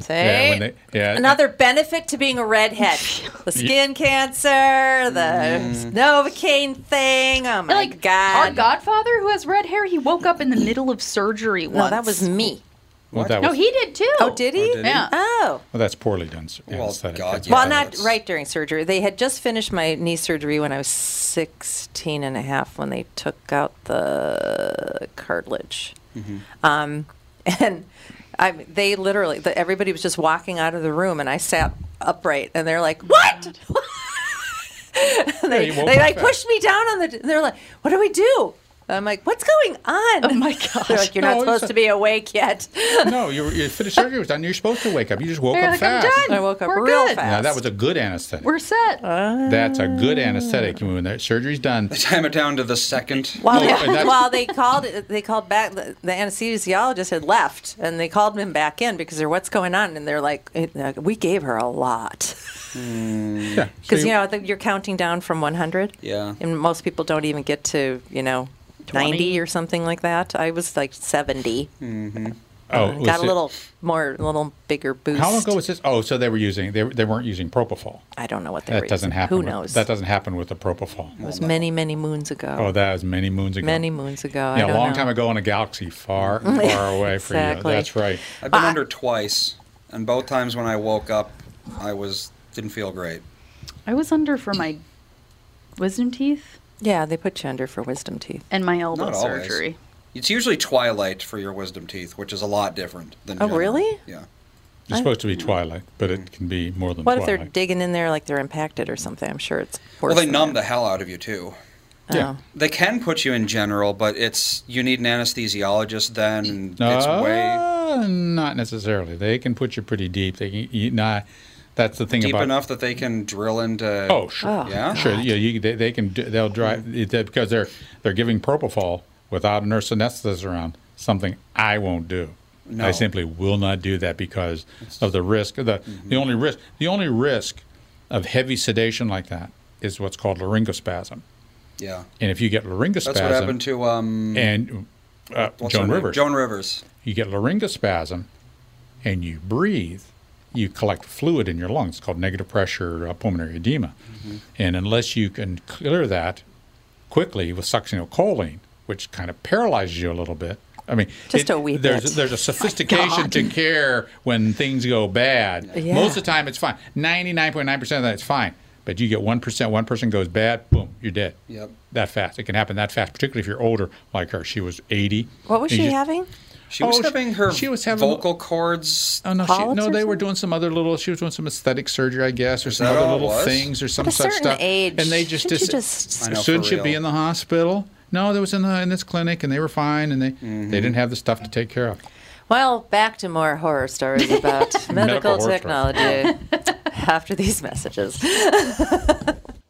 B: Say
D: Yeah, when they- yeah.
B: another benefit to being a redhead: the skin cancer,
A: Mm.
B: the novocaine thing. Oh my god!
C: Our Godfather, who has red hair, he woke up in the middle of surgery
B: No,
C: once.
B: that was me.
D: Well, that
C: no,
D: was-
C: he did too.
B: Oh, did he?
C: Oh, Yeah.
B: Oh.
D: Well, that's poorly done. s-
A: Well,
D: anesthetic.
A: God,
D: That's
B: Well,
D: what that
B: not
D: is.
B: right during surgery. They had just finished my knee surgery when I was 16 and a half when they took out the cartilage. Um, and I, they literally, the, everybody was just walking out of the room, and I sat upright, and they're like, "What?" And they
I: you woke
B: they
I: up
B: like
I: fast.
B: pushed me down on the. They're like, "What do we do?" I'm like, "What's going on?" Oh my god! They're like, "You're
D: No,
B: not
D: it's
B: supposed
D: a-
B: to be awake yet."
D: no, you, were- you finished surgery. Was done. You're supposed to wake up. You just woke
B: They're
D: up
B: like, I'm
D: fast.
B: done. I woke up
C: We're
B: real
C: good.
B: fast.
D: Now that was a good anesthetic.
C: We're set.
D: That's a good anesthetic. When the surgery's done,
A: they time it down to the second.
B: While,
D: Oh, and
B: they,
D: that's-
B: while they called, they called back. The, the anesthesiologist had left, and they called him back in because they're what's going on, and they're like, "Eh, "We gave her a lot,"
A: Yeah.
B: because you know I think you're counting down from 100,
A: Yeah.
B: and most people don't even get to you know 90 or something like that. I was like 70.
D: Mm-hmm. Oh, was
B: got a
D: it-
B: little more, a little bigger boost.
D: How long ago was this? Oh, so they were using they, they weren't using propofol.
B: I don't know what they
D: that
B: were
D: doesn't
B: using.
D: happen.
B: Who
D: with-
B: knows?
D: That doesn't happen with the propofol.
B: It was many, many moons ago.
D: Oh, that was many moons ago.
B: Many moons ago. I
D: Yeah, a
B: don't
D: long
B: know.
D: time ago in a galaxy far, far away for
B: Exactly.
D: you. That's right.
A: I've been under twice, and both times when I woke up, I was didn't feel great.
C: I was under for my wisdom teeth
B: Yeah, they put you under for wisdom teeth.
C: and my elbow
A: Not always.
C: surgery.
A: It's usually twilight for your wisdom teeth, which is a lot different than.
B: Oh,
A: general.
B: really?
A: Yeah.
D: It's supposed to be twilight, but it can be more than
B: Hmm. What if
D: twilight.
B: they're digging in there like they're impacted or something? I'm sure it's
A: Well,
B: worse.
A: they
B: than
A: numb the hell out of you too.
B: that. Oh.
A: They can put you in general, but it's you need an anesthesiologist then. and It's
D: Uh,
A: way
D: not necessarily. They can put you pretty deep. They can you, not. That's the thing
A: deep
D: about
A: enough that they can drill into.
D: Oh, sure. Mm-hmm.
A: yeah.
D: Sure. Yeah, you, they, they can. do- They'll drive it- that- because they're they're giving propofol without a nurse anesthetist around. Something I won't do.
A: No.
D: I simply will not do that because of the risk. The
A: Mm-hmm.
D: the only risk the only risk of heavy sedation like that is what's called laryngospasm.
A: Yeah.
D: And if you get laryngospasm,
A: That's what happened to um
D: and uh,
A: what's her
D: Joan
A: name?
D: Rivers.
A: Joan Rivers.
D: You get laryngospasm, and you breathe. You collect fluid in your lungs. It's called negative pressure uh, pulmonary edema. And unless you can clear that quickly with succinylcholine, which kind of paralyzes you a little bit. I mean,
B: Just a wee
D: there's,
B: bit. Oh,
D: There's a sophistication to care when things go bad.
B: Yeah.
D: Most of the time, it's fine. 99.9% of that, it's fine. But you get 1%, one person goes bad, boom, you're dead.
A: Yep.
D: That fast. It can happen that fast, particularly if you're older, like her. She was 80.
B: What was
D: And
B: she
D: you-
B: having?
A: She was
D: Oh, she-
A: having her
D: she was having-
A: vocal cords.
D: Oh, no, she,
B: Polyps
D: no,
B: or
D: they were
B: something?
D: doing some other little. She was doing some aesthetic surgery, I guess, or some
A: that
D: other
A: all it
D: little
A: was?
D: things or some
B: At a
D: such
B: certain
D: stuff.
B: age,
D: and they just
B: shouldn't you
D: dis-
B: just-
A: I know,
D: shouldn't
A: for
D: she be
A: real.
D: in the hospital? No, they was in the in this clinic, and they were fine, and they
A: Mm-hmm.
D: they didn't have the stuff to take care of.
B: Well, back to more horror stories about
D: Medical
B: medical
D: horror
B: technology after these messages.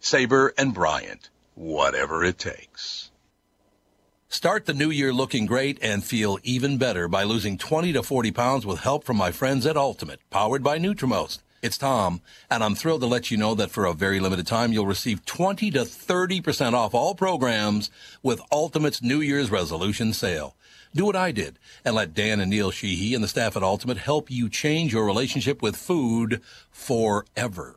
F: Saber and Bryant, whatever it takes. Start the new year looking great and feel even better by losing 20 to 40 pounds with help from my friends at Ultimate, powered by Nutrimost. It's Tom, and I'm thrilled to let you know that for a very limited time, you'll receive 20 to 30% off all programs with Ultimate's New Year's resolution sale. Do what I did and let Dan and Neil Sheehy and the staff at Ultimate help you change your relationship with food forever.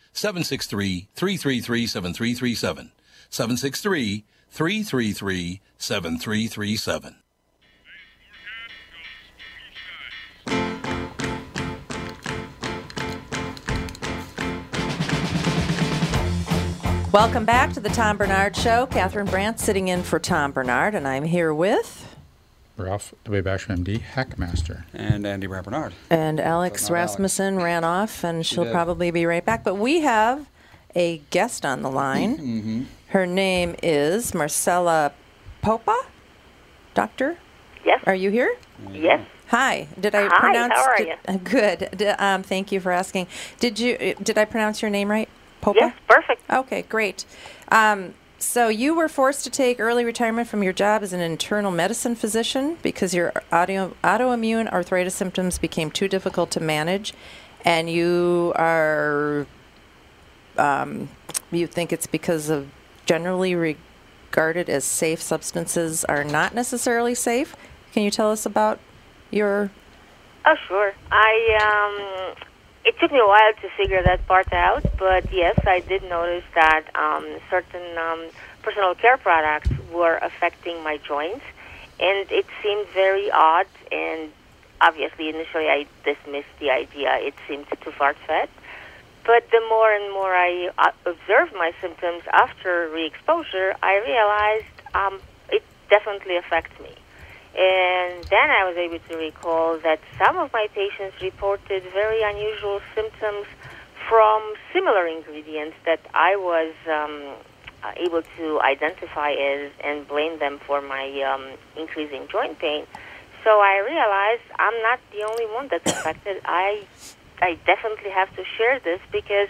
F: 763-333-7337. 763-333-7337.
B: Welcome back to the Tom Bernard Show. Catherine Brandt sitting in for Tom Bernard, and I'm here with
D: Ralph W. Basham, MD, Hackmaster.
A: And Andy Rappernard.
B: and Alex
A: not Alex.
B: Rasmussen ran off, and she'll
A: did.
B: probably be right back. But we have a guest on the line.
A: Mm-hmm.
B: Her name is Marcella Popa. Doctor,
E: Yes.
B: are you here?
E: Yes.
B: Hi. Did I
E: Hi,
B: pronounce?
E: how are
B: did-
E: you?
B: uh, Good. D- um, thank you for asking. Did you? uh, Did I pronounce your name right? Popa.
E: Yes. Perfect.
B: Okay, great. Um, so you were forced to take early retirement from your job as an internal medicine physician because your audio, autoimmune arthritis symptoms became too difficult to manage, and you are um, you think it's because of generally regarded as safe substances are not necessarily safe. Can you tell us about your?
E: Oh, sure. I um, it took me a while to figure that part out, but yes, I did notice that um, certain um, personal care products were affecting my joints, and it seemed very odd. And obviously, initially, I dismissed the idea; it seemed too far-fetched. But the more and more I uh, observed my symptoms after re-exposure, I realized um, it definitely affects me. And then I was able to recall that some of my patients reported very unusual symptoms from similar ingredients that I was um, uh, able to identify as and blame them for my um, increasing joint pain. So I realized I'm not the only one that's affected. I I definitely have to share this because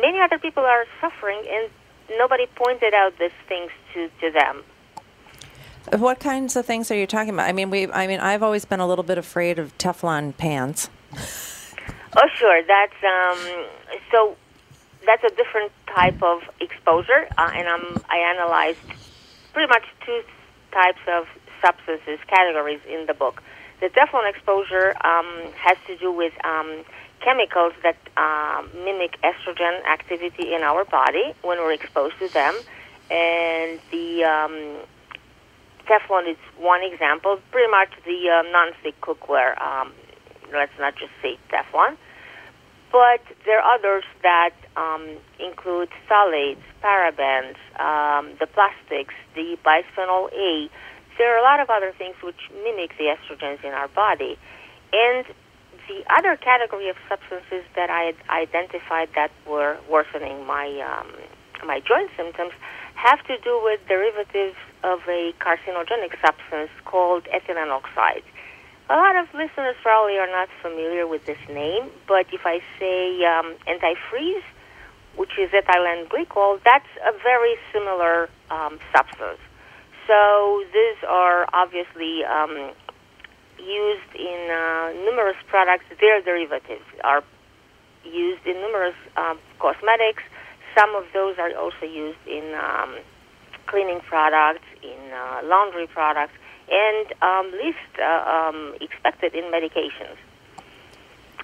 E: many other people are suffering and nobody pointed out these things to, to them.
B: What kinds of things are you talking about? I mean, we. I mean, I've always been a little bit afraid of Teflon pans.
E: Oh, sure. That's um, so. That's a different type of exposure, uh, and I'm, I analyzed pretty much two types of substances categories in the book. The Teflon exposure um, has to do with um, chemicals that um mimic estrogen activity in our body when we're exposed to them, and the um, Teflon is one example. Pretty much the uh, nonstick cookware. Um, let's not just say Teflon, but there are others that um, include phthalates, parabens, um, the plastics, the bisphenol A. There are a lot of other things which mimic the estrogens in our body, and the other category of substances that I had identified that were worsening my um, my joint symptoms have to do with derivatives of a carcinogenic substance called ethylene oxide. A lot of listeners probably are not familiar with this name, but if I say um, antifreeze, which is ethylene glycol, that's a very similar um, substance. So these are obviously um, used in uh, numerous products. Their derivatives are used in numerous um, cosmetics. Some of those are also used in um, cleaning products, in uh, laundry products, and um, least uh, um, expected in medications.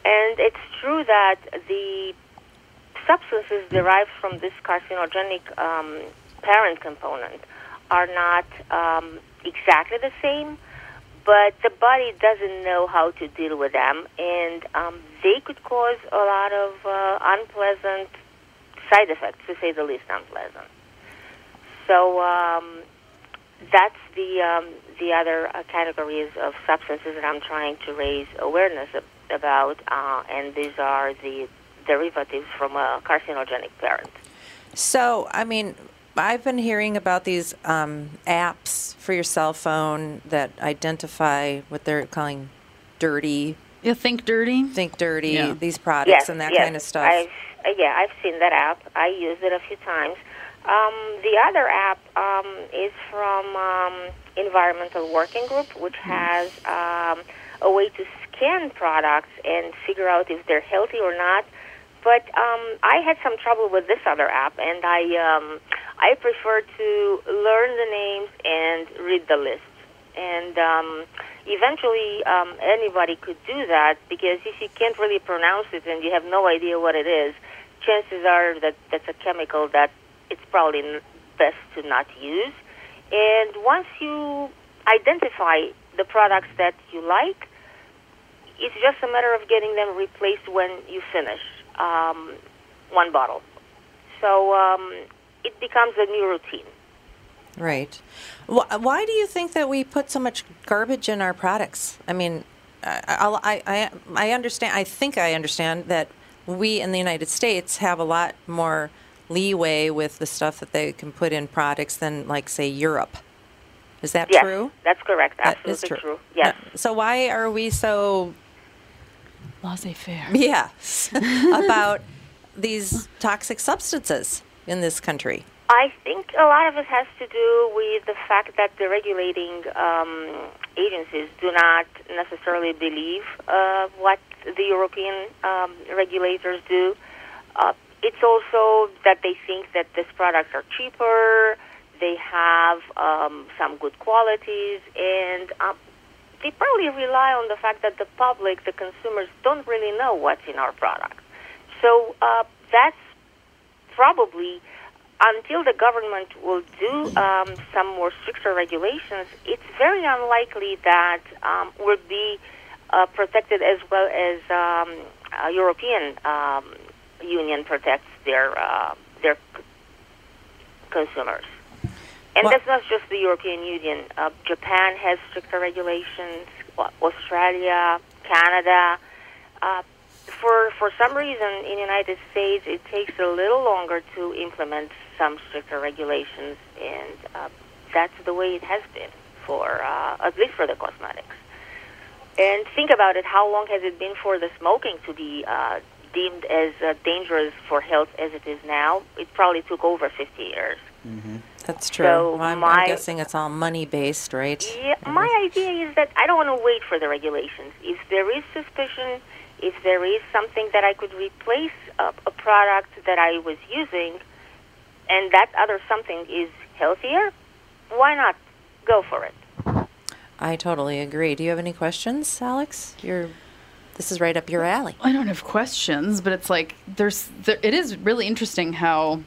E: And it's true that the substances derived from this carcinogenic um, parent component are not um, exactly the same, but the body doesn't know how to deal with them, and um, they could cause a lot of uh, unpleasant side effects, to say the least, unpleasant. So um, that's the um, the other uh, categories of substances that I'm trying to raise awareness ab- about, uh, and these are the derivatives from a carcinogenic parent.
B: So, I mean, I've been hearing about these um, apps for your cell phone that identify what they're calling dirty.
C: You think dirty?
B: Think dirty.
C: Yeah.
B: These products
E: yes,
B: and that
E: yes.
B: kind of stuff.
E: I've, uh, yeah, I've seen that app. I used it a few times. Um, the other app um, is from um, Environmental Working Group, which
B: Hmm.
E: has um, a way to scan products and figure out if they're healthy or not. But um, I had some trouble with this other app, and I um, I prefer to learn the names and read the list. And um, eventually, um, anybody could do that because if you can't really pronounce it and you have no idea what it is, chances are that that's a chemical that it's probably n- best to not use. And once you identify the products that you like, it's just a matter of getting them replaced when you finish um, one bottle. So um, it becomes a new routine.
B: Right. Wh- Why do you think that we put so much garbage in our products? I mean, I, I'll- I, I, I understand. I think I understand that we in the United States have a lot more leeway with the stuff that they can put in products than, like, say, Europe. Is that
E: Yes,
B: true?
E: that's correct.
B: That
E: Absolutely
B: is true.
E: Yes.
B: Yeah. So why are we so
C: Laissez faire.
B: yeah about these toxic substances in this country?
E: I think a lot of it has to do with the fact that the regulating um, agencies do not necessarily believe uh, what the European um, regulators do. Uh, it's also that they think that these products are cheaper, they have um, some good qualities, and um, they probably rely on the fact that the public, the consumers, don't really know what's in our product. So uh, that's probably until the government will do um, some more stricter regulations, it's very unlikely that um, we'll be uh, protected as well as um, uh, European um, Union protects their uh, their c- consumers. And
B: Well-
E: that's not just the European Union. Uh, Japan has stricter regulations. Au- Australia, Canada. Uh, for for some reason in the United States it takes a little longer to implement some stricter regulations, and uh, that's the way it has been for uh, at least for the cosmetics. And think about it: how long has it been for the smoking to be uh, deemed as uh, dangerous for health as it is now? It probably took over 50 years.
B: That's true.
E: So
B: Well, I'm, I'm
E: my-
B: guessing it's all money based, right?
E: Yeah, my idea is that I don't want to wait for the regulations. If there is suspicion, if there is something that I could replace a, a product that I was using, and that other something is healthier, why not go for it?
B: I totally agree. Do you have any questions, Alex? You're, this is right up your alley.
C: I don't have questions, but it's like there's there, it is really interesting how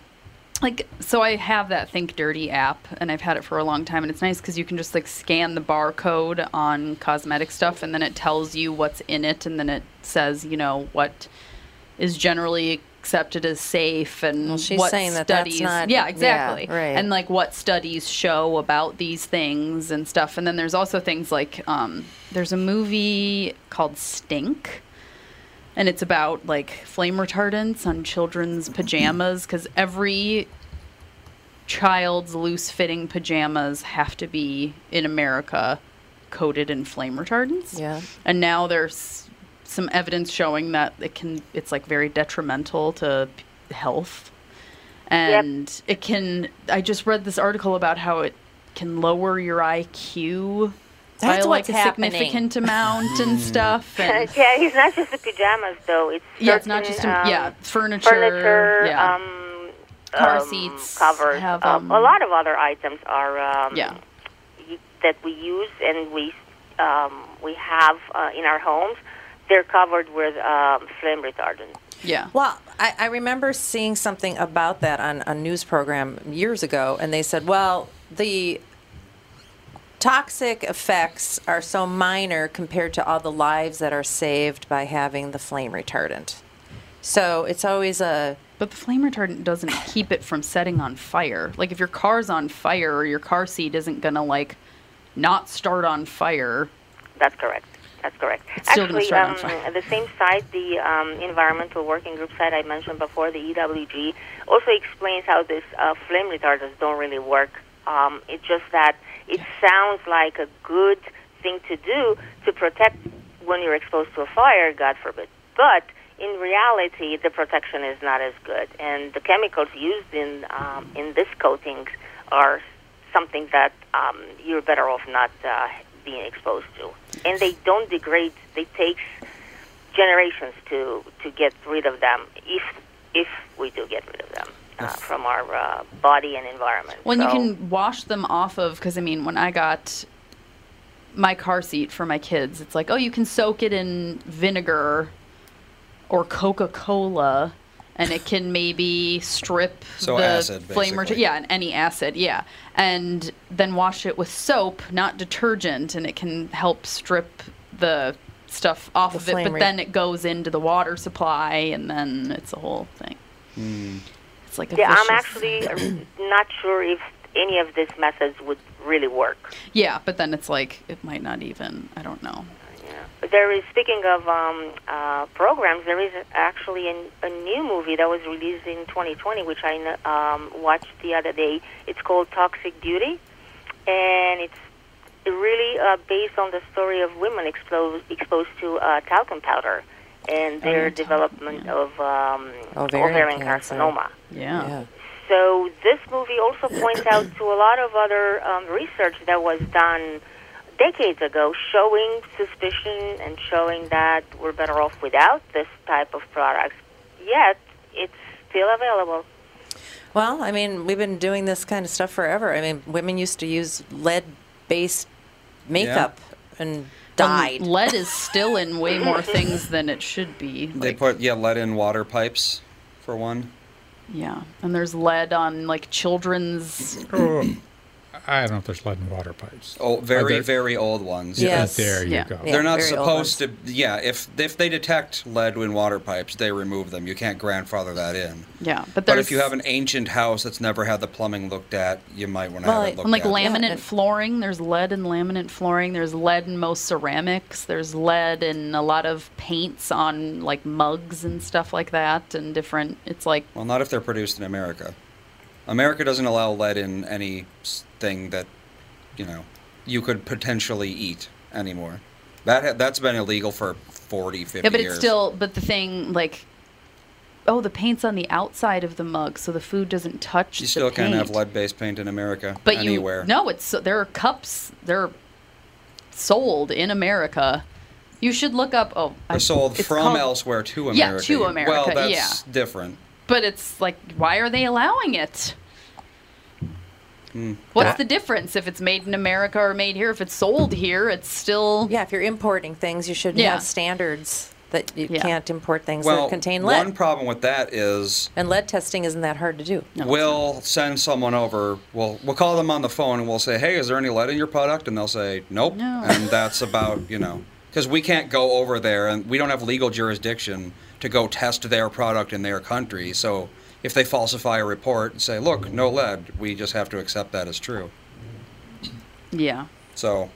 C: like so I have that Think Dirty app and I've had it for a long time and it's nice cuz you can just like scan the barcode on cosmetic stuff and then it tells you what's in it and then it says, you know, what is generally accepted as safe and
B: Well, she's
C: what
B: saying that that's
C: studies
B: not-
C: yeah
B: yeah,
C: exactly
B: right.
C: and like what studies show about these things and stuff and then there's also things like um, there's a movie called stink and it's about like flame retardants on children's pajamas because every child's loose fitting pajamas have to be in America coated in flame retardants.
B: Yeah.
C: And now there's some evidence showing that it can it's like very detrimental to p- health. And it can I just read this article about how it can lower your IQ
B: That's
C: by
B: what's
C: like a
B: happening.
C: significant amount and stuff and
E: yeah, it's not just the pajamas though. It's
C: yeah, it's not
E: certain,
C: just
E: um,
C: a, yeah, furniture,
E: furniture,
C: yeah.
E: um,
C: Car
E: um,
C: seats
E: covers.
C: have,
E: um, a
C: um,
E: lot of other items are um,
C: Yeah.
E: y- that we use and we um, we have uh, in our homes. They're covered with um, flame retardant.
C: yeah.
B: Well, I, I remember seeing something about that on a news program years ago, and they said, well, the toxic effects are so minor compared to all the lives that are saved by having the flame retardant. So it's always a.
C: But the flame retardant doesn't keep it from setting on fire. Like if your car's on fire or your car seat isn't gonna like not start on fire.
E: That's correct. That's correct.
C: It's still gonna
E: Actually,
C: start on
E: um,
C: fire.
E: the same site, the um, environmental working group site I mentioned before, the EWG, also explains how this uh, flame retardants don't really work. Um, it's just that it sounds like a good thing to do to protect when you're exposed to a fire, God forbid. But in reality, the protection is not as good, and the chemicals used in um, in this coatings are something that um, you're better off not uh, being exposed to. And they don't degrade. They take generations to to get rid of them if if we do get rid of them uh, from our uh, body and environment.
C: When you
E: So-
C: can wash them off of, because I mean, when I got my car seat for my kids, it's like, oh, you can soak it in vinegar or Coca Cola, and it can maybe strip
A: So
C: the
A: acid,
C: flame retar-
A: basically.
C: Yeah, and any acid, yeah, and then wash it with soap, not detergent, and it can help strip the stuff off
B: The
C: of it.
B: flame
C: But
B: re-
C: then it goes into the water supply, and then it's a whole thing.
A: Hmm.
C: It's like a
E: yeah, I'm
C: vicious-
E: actually uh, not sure if any of these methods would really work.
C: Yeah, but then it's like it might not even. I don't know.
E: But There is, speaking of um, uh, programs, there is actually an, a new movie that was released in 2020, which I kn- um, watched the other day. It's called Toxic Beauty, and it's really uh, based on the story of women exposed exposed to uh, talcum powder and their
C: talcum,
E: development
C: yeah.
E: of um,
B: Ovarian cancer.
E: carcinoma.
C: Yeah.
E: So this movie also points out to a lot of other um, research that was done decades ago, showing suspicion and showing that we're better off without this type of products. Yet it's still available.
B: Well, I mean, we've been doing this kind of stuff forever. I mean, women used to use lead based makeup and died.
C: And lead is still in way more things than it should be.
A: They
C: like-
A: put yeah lead in water pipes, for one.
C: yeah, and there's lead on like children's.
D: I don't know if there's lead in water pipes.
A: Oh, very
D: there-
A: very old ones.
B: Yeah.
D: Uh,
B: Yes.
D: There you
C: Yeah.
D: go.
B: Yeah.
A: They're not
B: very old
A: supposed to. Yeah, if if they detect lead in water pipes, they remove them. You can't grandfather that in.
C: Yeah,
A: But
C: but there's
A: if you have an ancient house that's never had the plumbing looked at, you might want to
B: Well,
A: have it looked
C: and like
A: at.
C: laminate
B: and-
C: flooring, there's lead in laminate flooring. There's lead in most ceramics. There's lead in a lot of paints on like mugs and stuff like that, and different. It's like
A: well, not if they're produced in America. America doesn't allow lead in any s- thing that, you know, you could potentially eat anymore. That ha- that's been illegal for 40, 50
C: Yeah, but
A: years.
C: it's still. But the thing, like, oh, the paint's on the outside of the mug, so the food doesn't touch.
A: you
C: the
A: still can't have
C: paint.
A: lead-based paint in America
C: But
A: anywhere.
C: you no, it's so- there are cups. They're sold in America. You should look up. Oh, I-
A: They're sold
C: it's
A: from
C: called-
A: elsewhere to
C: Yeah,
A: America.
C: to
A: Well,
C: America,
A: that's
C: yeah.
A: different.
C: But it's like, why are they allowing it?
A: Hmm.
C: What's the difference if it's made in America or made here? If it's sold here, it's still
B: Yeah, if you're importing things, you should
C: Yeah.
B: have standards that you
C: Yeah.
B: can't import things
A: Well,
B: that contain lead.
A: one problem with that is
B: and lead testing isn't that hard to do.
A: we'll send someone over. We'll we'll call them on the phone and we'll say, "Hey, is there any lead in your product?" And they'll say, "Nope."
C: No.
A: And that's about you know because we can't go over there and we don't have legal jurisdiction to go test their product in their country. So if they falsify a report and say, "Look, no lead," we just have to accept that as true.
C: yeah.
A: So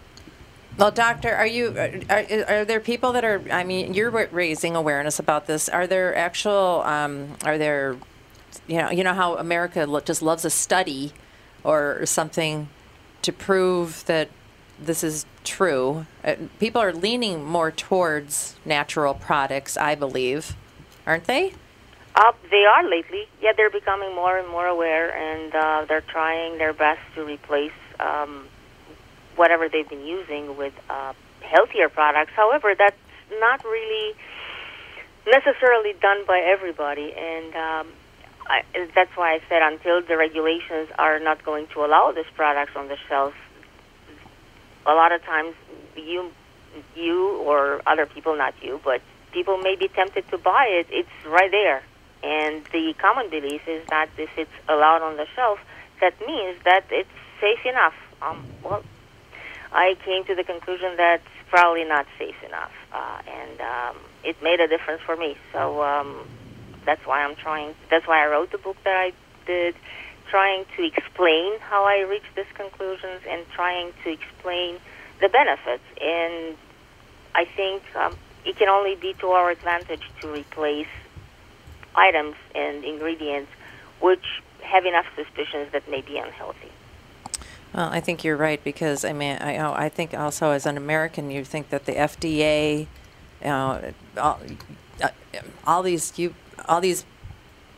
B: Well, doctor, are you are, are there people that are? I mean, you're wa- raising awareness about this. Are there actual? Um, are there? You know, you know how America lo- just loves a study or something to prove that this is true. Uh, people are leaning more towards natural products, I believe, aren't they?
E: Up, they are lately. Yeah, they're becoming more and more aware, and uh, they're trying their best to replace um, whatever they've been using with uh, healthier products. However, that's not really necessarily done by everybody, and um, I, that's why I said until the regulations are not going to allow these products on the shelf, a lot of times you, you or other people, not you, but people may be tempted to buy it. It's right there, and the common belief is that if it's allowed on the shelf, that means that it's safe enough. Um, well, I came to the conclusion that it's probably not safe enough, uh, and um, it made a difference for me. So um, that's why I'm trying. That's why I wrote the book that I did, trying to explain how I reached these conclusions and trying to explain the benefits. And I think um, it can only be to our advantage to replace items and ingredients which have enough suspicions that may be unhealthy.
B: Well, I think you're right because I mean, I, oh, I think also as an American, you think that the FDA, uh, all, uh, all these you, all these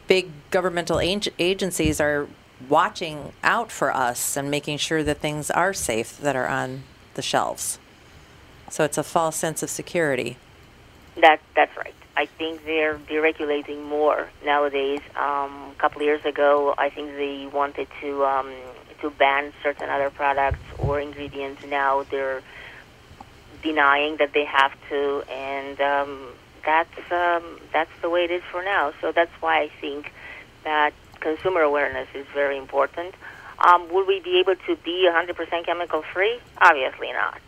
B: big governmental ag- agencies are watching out for us and making sure that things are safe that are on the shelves. So it's a false sense of security.
E: That that's right. I think they're deregulating more nowadays. Um, a couple of years ago, I think they wanted to um, to ban certain other products or ingredients. Now they're denying that they have to, and um, that's um, that's the way it is for now. So that's why I think that consumer awareness is very important. Um, would we be able to be 100% chemical free? Obviously not.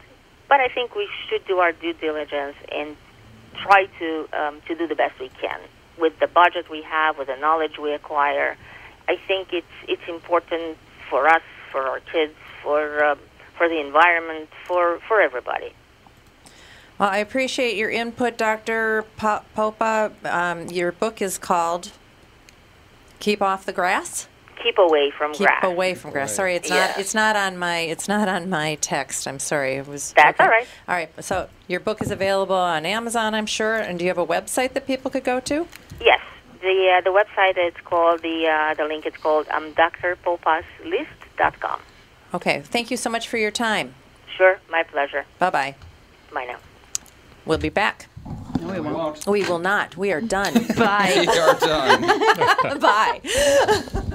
E: But I think we should do our due diligence and try to um, to do the best we can with the budget we have, with the knowledge we acquire. I think it's it's important for us, for our kids, for um, for the environment, for for everybody.
B: Well, I appreciate your input, Dr. Po- Popa. Um, your book is called "Keep Off the Grass."
E: Keep away from
B: Keep
E: grass.
B: away from grass. Sorry, it's not.
E: Yeah.
B: It's not on my. It's not on my text. I'm sorry. It was.
E: That's all right.
B: All right. So your book is available on Amazon, I'm sure. And do you have a website that people could go to?
E: Yes, the uh, the website is called the uh, the link is called um, drpopaslist.com.
B: Okay. Thank you so much for your time.
E: Sure, my pleasure.
B: Bye bye.
E: Bye now.
B: We'll be back.
C: No, we won't.
B: We will not. We are done.
C: Bye.
A: We are done.
B: bye.